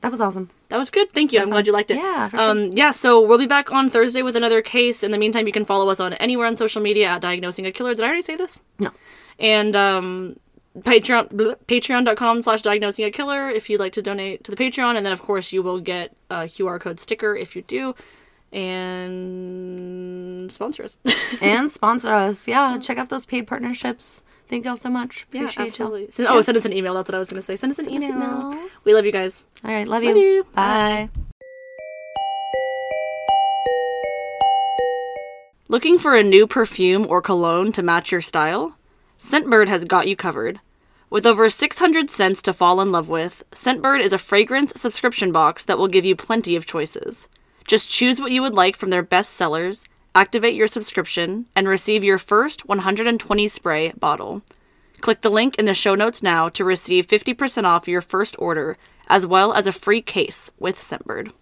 Speaker 1: That was awesome.
Speaker 2: That was good. Thank you. I'm glad you liked it.
Speaker 1: Yeah, for sure.
Speaker 2: Um, yeah, so we'll be back on Thursday with another case. In the meantime, you can follow us on anywhere on social media at Diagnosing a Killer. Did I already say this?
Speaker 1: No.
Speaker 2: and um patreon bleh, patreon.com slash diagnosing a killer if you'd like to donate to the patreon and then of course you will get a qr code sticker if you do and sponsor us
Speaker 1: and sponsor us. Yeah, check out those paid partnerships. Thank y'all so much.
Speaker 2: yeah
Speaker 1: Appreciate y'all.
Speaker 2: absolutely Send- oh send us an email that's what i was gonna say send us an
Speaker 1: Send us an
Speaker 2: email,
Speaker 1: email.
Speaker 2: we love you guys
Speaker 1: All right, love you.
Speaker 2: Love you.
Speaker 1: Bye.
Speaker 2: Looking for a new perfume or cologne to match your style? Scentbird has got you covered. With over 600 scents to fall in love with, Scentbird is a fragrance subscription box that will give you plenty of choices. Just choose what you would like from their best sellers, activate your subscription, and receive your first 120 spray bottle. Click the link in the show notes now to receive 50% off your first order, as well as a free case with Scentbird.